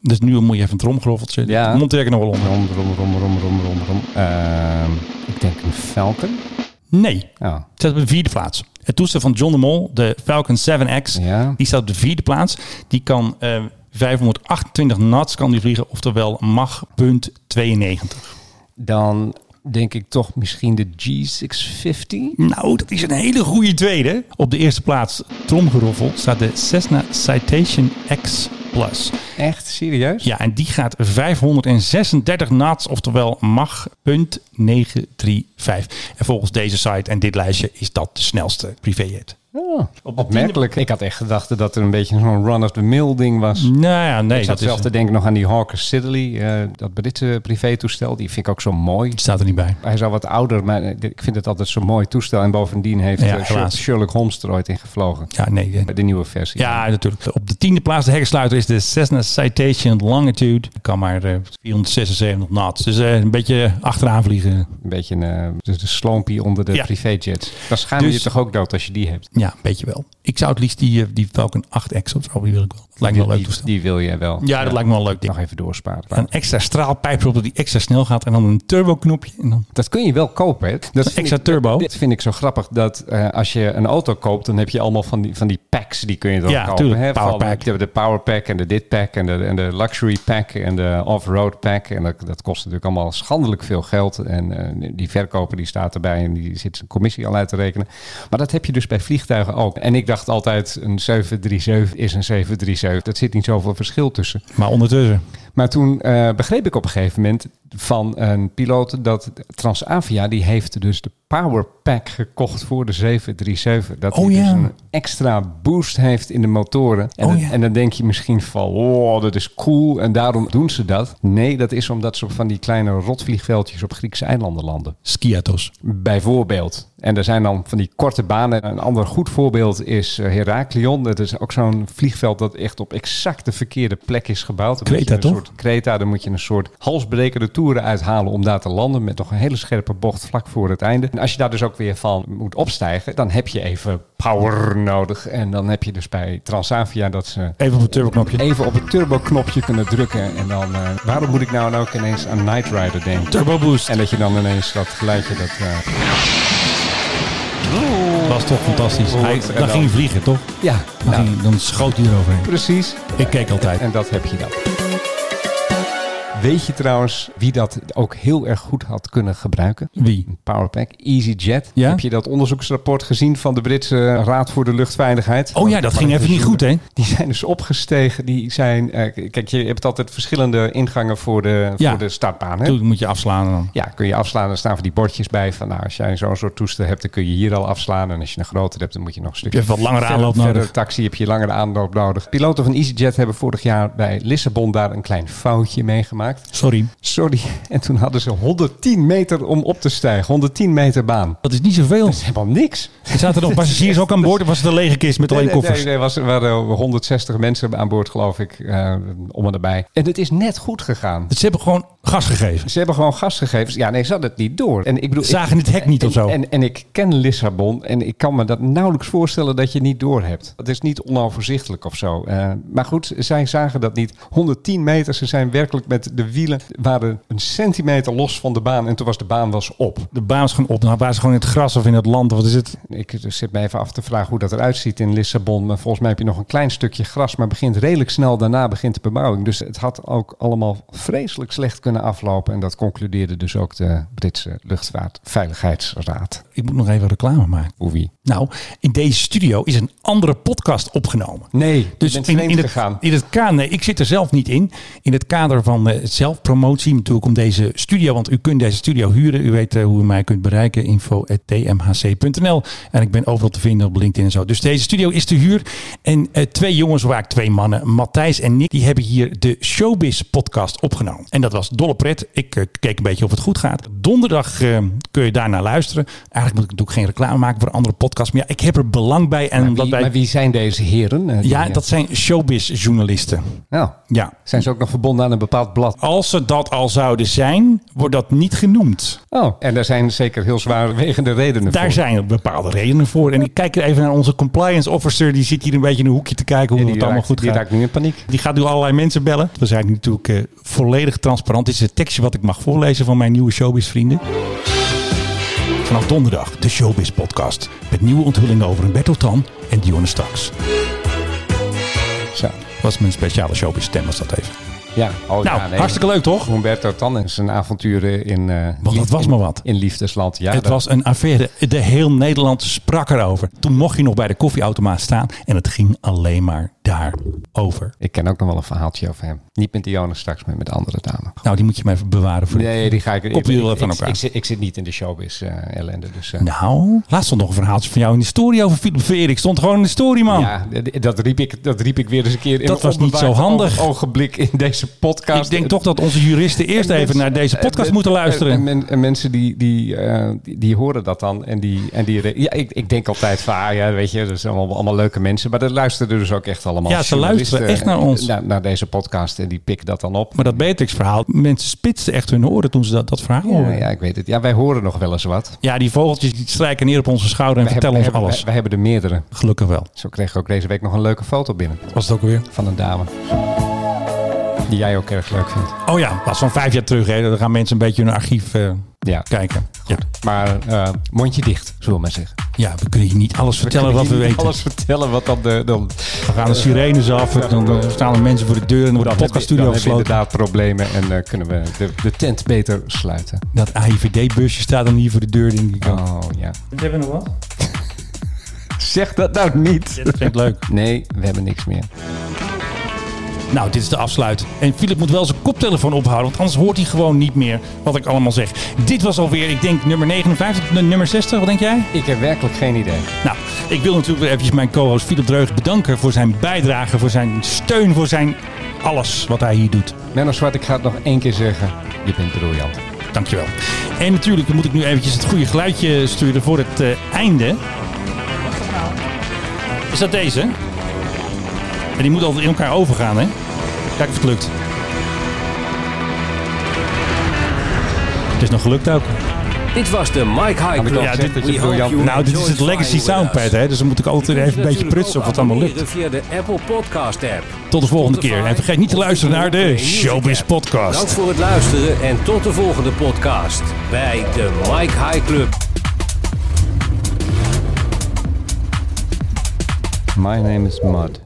Speaker 1: Dus nu moet je even een tromgeroffeltje.
Speaker 2: Hmm. Ja.
Speaker 1: Ja. Monteer ik er nog wel onder.
Speaker 2: Rom, rom, rom, rom, rom, rom, rom. Ehm, ik denk een Falcon.
Speaker 1: Nee.
Speaker 2: Oh.
Speaker 1: Het staat op de vierde plaats. Het toestel van John de Mol, de Falcon 7X,
Speaker 2: Ja.
Speaker 1: die staat op de vierde plaats. Die kan eh, 528 knots kan die vliegen, oftewel mag punt 92.
Speaker 2: Dan denk ik toch misschien de G650.
Speaker 1: Nou, dat is een hele goede tweede. Op de eerste plaats, tromgeroffel, staat de Cessna Citation X Plus.
Speaker 2: Echt serieus?
Speaker 1: Ja, en die gaat 536 knots, oftewel mag punt 935. En volgens deze site en dit lijstje is dat de snelste privéjet.
Speaker 2: Ja, opmerkelijk. Ik had echt gedacht dat er een beetje zo'n run-of-the-mill ding was.
Speaker 1: Nou ja, nee.
Speaker 2: ik zat
Speaker 1: dat is,
Speaker 2: zelf te denken nog aan die Hawker Siddeley, eh, dat Britse privétoestel. Die vind ik ook zo mooi.
Speaker 1: staat er niet bij.
Speaker 2: Hij is al wat ouder, maar eh, ik vind het altijd zo'n mooi toestel. En bovendien heeft
Speaker 1: Ja,
Speaker 2: eh,
Speaker 1: helaas.
Speaker 2: Sherlock Holmes er ooit in gevlogen.
Speaker 1: Ja, nee. eh,
Speaker 2: Bij de nieuwe versie.
Speaker 1: Ja, natuurlijk. Op de tiende plaats de hekkensluiter is de Cessna Citation Longitude. Kan maar eh, 476 knots. Dus eh, een beetje achteraan vliegen.
Speaker 2: Een beetje een, eh, dus de sloompie onder de
Speaker 1: Ja.
Speaker 2: privéjets. Dan schaam je
Speaker 1: Dus-
Speaker 2: je toch ook dood als je die hebt.
Speaker 1: Ja, een beetje wel. Ik zou het liefst die, eh, die Falcon 8X of zo, die wil ik wel. Dat lijkt me wel
Speaker 2: die,
Speaker 1: een leuk
Speaker 2: die-
Speaker 1: toestel.
Speaker 2: die wil jij wel.
Speaker 1: Ja, dat lijkt me wel een leuk
Speaker 2: Nog
Speaker 1: ding.
Speaker 2: even doorsparen.
Speaker 1: Een extra straalpijp zodat die extra snel gaat en dan een turboknopje. En dan,
Speaker 2: Dat kun je wel kopen. Hè? Dat vind
Speaker 1: extra
Speaker 2: ik-
Speaker 1: turbo.
Speaker 2: Dit vind ik zo grappig dat eh, als je een auto koopt, dan heb je allemaal van die, van die packs die kun je dan
Speaker 1: Ja,
Speaker 2: kopen.
Speaker 1: tuurlijk.
Speaker 2: hè? Van
Speaker 1: Powerpack.
Speaker 2: De, de power pack en de dit pack en de, en de luxury pack en de off-road pack. En dat, dat kost natuurlijk allemaal schandelijk veel geld. En eh, die verkoper die staat erbij en die zit zijn commissie al uit te rekenen. Maar dat heb je dus bij vliegtuigen ook. En ik dacht altijd een 737 is een 737. Dat zit niet zoveel verschil tussen.
Speaker 1: maar ondertussen.
Speaker 2: Maar toen eh, begreep ik op een gegeven moment van een piloot dat Transavia, die heeft dus de Power Pack gekocht voor de 737. Dat
Speaker 1: Oh
Speaker 2: die dus
Speaker 1: ja.
Speaker 2: een extra boost heeft in de motoren. En,
Speaker 1: Oh
Speaker 2: dan-
Speaker 1: ja.
Speaker 2: en dan denk je misschien van, oh, dat is cool en daarom doen ze dat. Nee, dat is omdat ze op van die kleine rotvliegveldjes op Griekse eilanden landen.
Speaker 1: Skiatos.
Speaker 2: Bijvoorbeeld. En er zijn dan van die korte banen. Een ander goed voorbeeld is eh, Heraklion. Dat is ook zo'n vliegveld dat echt op exact de verkeerde plek is gebouwd. Dan moet
Speaker 1: Kreta,
Speaker 2: je een
Speaker 1: toch?
Speaker 2: Soort, Kreta, daar moet je een soort halsbrekende toeren uithalen om daar te landen. Met nog een hele scherpe bocht vlak voor het einde. En als je daar dus ook weer van moet opstijgen, dan heb je even power nodig. En dan heb je dus bij Transavia dat ze
Speaker 1: Even op het turboknopje.
Speaker 2: even op het turboknopje kunnen drukken. En dan, eh, waarom moet ik nou ook ineens aan Night Rider denken?
Speaker 1: Turbo boost.
Speaker 2: En dat je dan ineens dat geluidje dat... eh,
Speaker 1: Dat was toch fantastisch.
Speaker 2: Hoort
Speaker 1: Hij,
Speaker 2: en
Speaker 1: dan
Speaker 2: dan.
Speaker 1: ging hij vliegen, toch?
Speaker 2: Ja,
Speaker 1: Dan,
Speaker 2: nou,
Speaker 1: ging- dan schoot hij eroverheen.
Speaker 2: precies.
Speaker 1: Ik keek altijd.
Speaker 2: En dat heb je dan. Weet je trouwens wie dat ook heel erg goed had kunnen gebruiken?
Speaker 1: Wie?
Speaker 2: Een Powerpack, EasyJet.
Speaker 1: Ja?
Speaker 2: Heb je dat onderzoeksrapport gezien van de Britse Raad voor de Luchtveiligheid?
Speaker 1: Oh ja, dat ging even niet goed, hè?
Speaker 2: Die zijn dus opgestegen. Die zijn, eh, k- kijk, je hebt altijd verschillende ingangen voor de,
Speaker 1: Ja.
Speaker 2: voor de startbaan. Hè?
Speaker 1: Toen moet je afslaan dan.
Speaker 2: Ja, kun je afslaan. Er staan van die bordjes bij. Van, nou, als jij zo'n soort toestel hebt, dan kun je hier al afslaan. En als je een grotere hebt, dan moet je nog een stukje...
Speaker 1: Je hebt wat langere
Speaker 2: verder-
Speaker 1: aanloop
Speaker 2: verder
Speaker 1: nodig.
Speaker 2: taxi heb je langere aanloop nodig. Piloten van EasyJet hebben vorig jaar bij Lissabon daar een klein foutje meegemaakt.
Speaker 1: Sorry.
Speaker 2: Sorry. En toen hadden ze 110 meter om op te stijgen. 110 meter baan.
Speaker 1: Dat is niet zoveel.
Speaker 2: Dat is helemaal niks.
Speaker 1: Er zaten nog passagiers ook aan boord. Of was het een lege kist met alleen
Speaker 2: Nee, nee,
Speaker 1: koffers?
Speaker 2: Nee, nee, was, er waren 160 mensen aan boord, geloof ik, eh, om en nabij. En het is net goed gegaan.
Speaker 1: Ze hebben gewoon gas gegeven.
Speaker 2: Ze hebben gewoon gasgegevens. Ja, nee, ze hadden het niet door. En ik bedoel, ik-
Speaker 1: Zagen het hek niet of zo.
Speaker 2: En, en, en ik ken Lissabon en ik kan me dat nauwelijks voorstellen dat je niet doorhebt. Het is niet onoverzichtelijk of zo. Eh, maar goed, zij zagen dat niet. 110 meter, ze zijn werkelijk met de wielen waren een centimeter los van de baan en toen was de baan was op.
Speaker 1: De baan was gewoon op. Nou, waren ze gewoon in het gras of in het land. Of wat is het?
Speaker 2: Ik zit me even af te vragen hoe dat eruit ziet in Lissabon. Maar volgens mij heb je nog een klein stukje gras, maar begint redelijk snel daarna begint de bebouwing. Dus het had ook allemaal vreselijk slecht kunnen aflopen en dat concludeerde dus ook de Britse luchtvaartveiligheidsraad.
Speaker 1: Ik moet nog even reclame maken.
Speaker 2: Oei.
Speaker 1: Nou, in deze studio is een andere podcast opgenomen.
Speaker 2: Nee,
Speaker 1: Dus
Speaker 2: je bent
Speaker 1: in,
Speaker 2: vreemd
Speaker 1: in, het,
Speaker 2: gegaan.
Speaker 1: in het kader, nee, ik zit er zelf niet in. In het kader van eh, zelfpromotie, natuurlijk om deze studio, want u kunt deze studio huren. U weet eh, hoe u mij kunt bereiken, info.tmhc.nl. En ik ben overal te vinden op LinkedIn en zo. Dus deze studio is te huur. En eh, twee jongens, waar ik twee mannen, Matthijs en Nick, die hebben hier de Showbiz podcast opgenomen. En dat was dolle pret. Ik eh, keek een beetje of het goed gaat. Donderdag eh, kun je daarna luisteren. Eigenlijk moet ik natuurlijk geen reclame maken voor andere podcasts. Maar ja, ik heb er belang bij. En
Speaker 2: Maar
Speaker 1: omdat
Speaker 2: wie,
Speaker 1: wij...
Speaker 2: maar wie zijn deze heren? eh, die-
Speaker 1: Ja, dat zijn showbiz-journalisten.
Speaker 2: Nou,
Speaker 1: Ja.
Speaker 2: zijn ze ook nog verbonden aan een bepaald blad?
Speaker 1: Als ze dat al zouden zijn, wordt dat niet genoemd.
Speaker 2: Oh, en daar zijn zeker heel zwaarwegende redenen
Speaker 1: Daar
Speaker 2: voor.
Speaker 1: zijn er bepaalde redenen voor. En ik kijk even naar onze compliance officer. Die zit hier een beetje in een hoekje te kijken hoe
Speaker 2: die
Speaker 1: het allemaal
Speaker 2: raakt-
Speaker 1: goed
Speaker 2: Die
Speaker 1: gaat.
Speaker 2: raakt nu in paniek.
Speaker 1: Die gaat nu allerlei mensen bellen. We zijn natuurlijk eh, volledig transparant. Dit is het tekstje wat ik mag voorlezen van mijn nieuwe showbiz-vrienden. Vanaf donderdag de Showbiz-podcast. Met nieuwe onthullingen over Humberto Tan en Dionne Staks.
Speaker 2: Zo.
Speaker 1: Was mijn speciale showbiz-stem, was dat even.
Speaker 2: Ja. Oh,
Speaker 1: nou,
Speaker 2: ja, nee.
Speaker 1: hartstikke leuk toch?
Speaker 2: Humberto Tan en zijn avonturen in... eh,
Speaker 1: dat
Speaker 2: lief-
Speaker 1: was
Speaker 2: in-
Speaker 1: maar wat.
Speaker 2: In Liefdesland, ja.
Speaker 1: Het
Speaker 2: dat-
Speaker 1: was een affaire. De heel Nederland sprak erover. Toen mocht je nog bij de koffieautomaat staan. En het ging alleen maar daarover.
Speaker 2: Ik ken ook nog wel een verhaaltje over hem. Niet met Dionne straks, maar met andere dame.
Speaker 1: Nou, die moet je maar even bewaren voor.
Speaker 2: Nee, die ga ik...
Speaker 1: Koppel je wel
Speaker 2: ik-
Speaker 1: van
Speaker 2: ik-
Speaker 1: elkaar.
Speaker 2: Ik, zit, ik zit niet in de showbiz eh, ellende, dus... eh,
Speaker 1: Nou, laatst stond nog een verhaaltje van jou in de story over Philip Veer. Ik stond gewoon in de story, man.
Speaker 2: Ja, d- dat riep, ik, dat riep ik weer eens een keer in
Speaker 1: Dat was niet zo
Speaker 2: onbewaakt
Speaker 1: handig.
Speaker 2: oog- ogenblik in deze podcast.
Speaker 1: Ik denk toch dat onze juristen eerst
Speaker 2: En
Speaker 1: even
Speaker 2: mensen-
Speaker 1: naar deze
Speaker 2: en
Speaker 1: podcast
Speaker 2: men-
Speaker 1: moeten
Speaker 2: En,
Speaker 1: luisteren.
Speaker 2: men- en mensen die, die, eh, die, die horen dat dan. En die, en die, re- ja, ik, ik denk altijd van, ah, ja, weet je, dat zijn allemaal, allemaal leuke mensen. Maar dat luisteren dus ook echt allemaal.
Speaker 1: Ja, ze
Speaker 2: journalisten
Speaker 1: luisteren echt naar ons.
Speaker 2: Naar, naar deze podcast en die pikken dat dan op.
Speaker 1: Maar dat Beatrix-verhaal, mensen spitsten echt hun oren toen ze dat, dat verhaal
Speaker 2: Ja,
Speaker 1: hoorden. Ja,
Speaker 2: Oh, ja, ik weet het. Ja, wij horen nog wel eens wat. Wij
Speaker 1: die vogeltjes die strijken neer op onze schouder en
Speaker 2: hebben-
Speaker 1: vertellen
Speaker 2: wij
Speaker 1: ons
Speaker 2: hebben,
Speaker 1: alles.
Speaker 2: Wij, wij hebben er meerdere.
Speaker 1: Gelukkig wel.
Speaker 2: Zo kreeg ik ook deze week nog een leuke foto binnen
Speaker 1: Was het ook weer?
Speaker 2: van een dame. Die jij ook erg leuk vindt.
Speaker 1: Oh ja, dat is van vijf jaar terug. Hè. Dan gaan mensen een beetje hun archief eh,
Speaker 2: Ja,
Speaker 1: kijken. Ja.
Speaker 2: maar eh, mondje dicht, zullen we maar zeggen.
Speaker 1: Ja, we kunnen je niet alles vertellen wat we
Speaker 2: Niet
Speaker 1: weten.
Speaker 2: Alles vertellen wat dan de... Dan,
Speaker 1: We gaan de sirenes af, dan, dan staan er mensen voor de deur en dan wordt de podcaststudio
Speaker 2: dan hebben we
Speaker 1: gesloten.
Speaker 2: inderdaad problemen en eh, kunnen we de, de tent beter sluiten.
Speaker 1: Dat AIVD-busje staat dan hier voor de deur, denk ik.
Speaker 2: Oh ja.
Speaker 1: Hebben we nog wat?
Speaker 2: Zeg dat nou niet.
Speaker 1: Dat vind ik leuk.
Speaker 2: Nee, we hebben niks meer.
Speaker 1: Nou, dit is de afsluit. En Philip moet wel zijn koptelefoon ophouden, want anders hoort hij gewoon niet meer wat ik allemaal zeg. Dit was alweer, ik denk, nummer 59, n- nummer 60. Wat denk jij?
Speaker 2: Ik heb werkelijk geen idee.
Speaker 1: Nou, ik wil natuurlijk weer eventjes mijn co-host Philip Dreug bedanken voor zijn bijdrage, voor zijn steun, voor zijn alles wat hij hier doet.
Speaker 2: Menno Zwart, ik ga het nog één keer zeggen. Je bent briljant.
Speaker 1: Dankjewel. En natuurlijk moet ik nu eventjes het goede geluidje sturen voor het eh, einde. Is dat deze? En die moet altijd in elkaar overgaan, hè? Kijk of het lukt. Het is nog gelukt ook.
Speaker 3: Dit was de Mike High
Speaker 2: ik
Speaker 3: Club.
Speaker 2: al gezegd dat je
Speaker 3: We hope
Speaker 2: briljant-
Speaker 3: you
Speaker 1: Nou, dit is
Speaker 3: enjoyed
Speaker 1: het Legacy
Speaker 3: flying with
Speaker 1: Soundpad,
Speaker 3: us.
Speaker 1: hè? Dus dan moet ik altijd even een beetje prutsen of het allemaal lukt.
Speaker 3: Abonneren via de Apple Podcast app.
Speaker 1: Tot de volgende keer. En vergeet niet te luisteren naar de Showbiz
Speaker 3: Dank
Speaker 1: Podcast.
Speaker 3: voor het luisteren en tot de volgende podcast bij de Mike High Club.
Speaker 2: My name is Mud.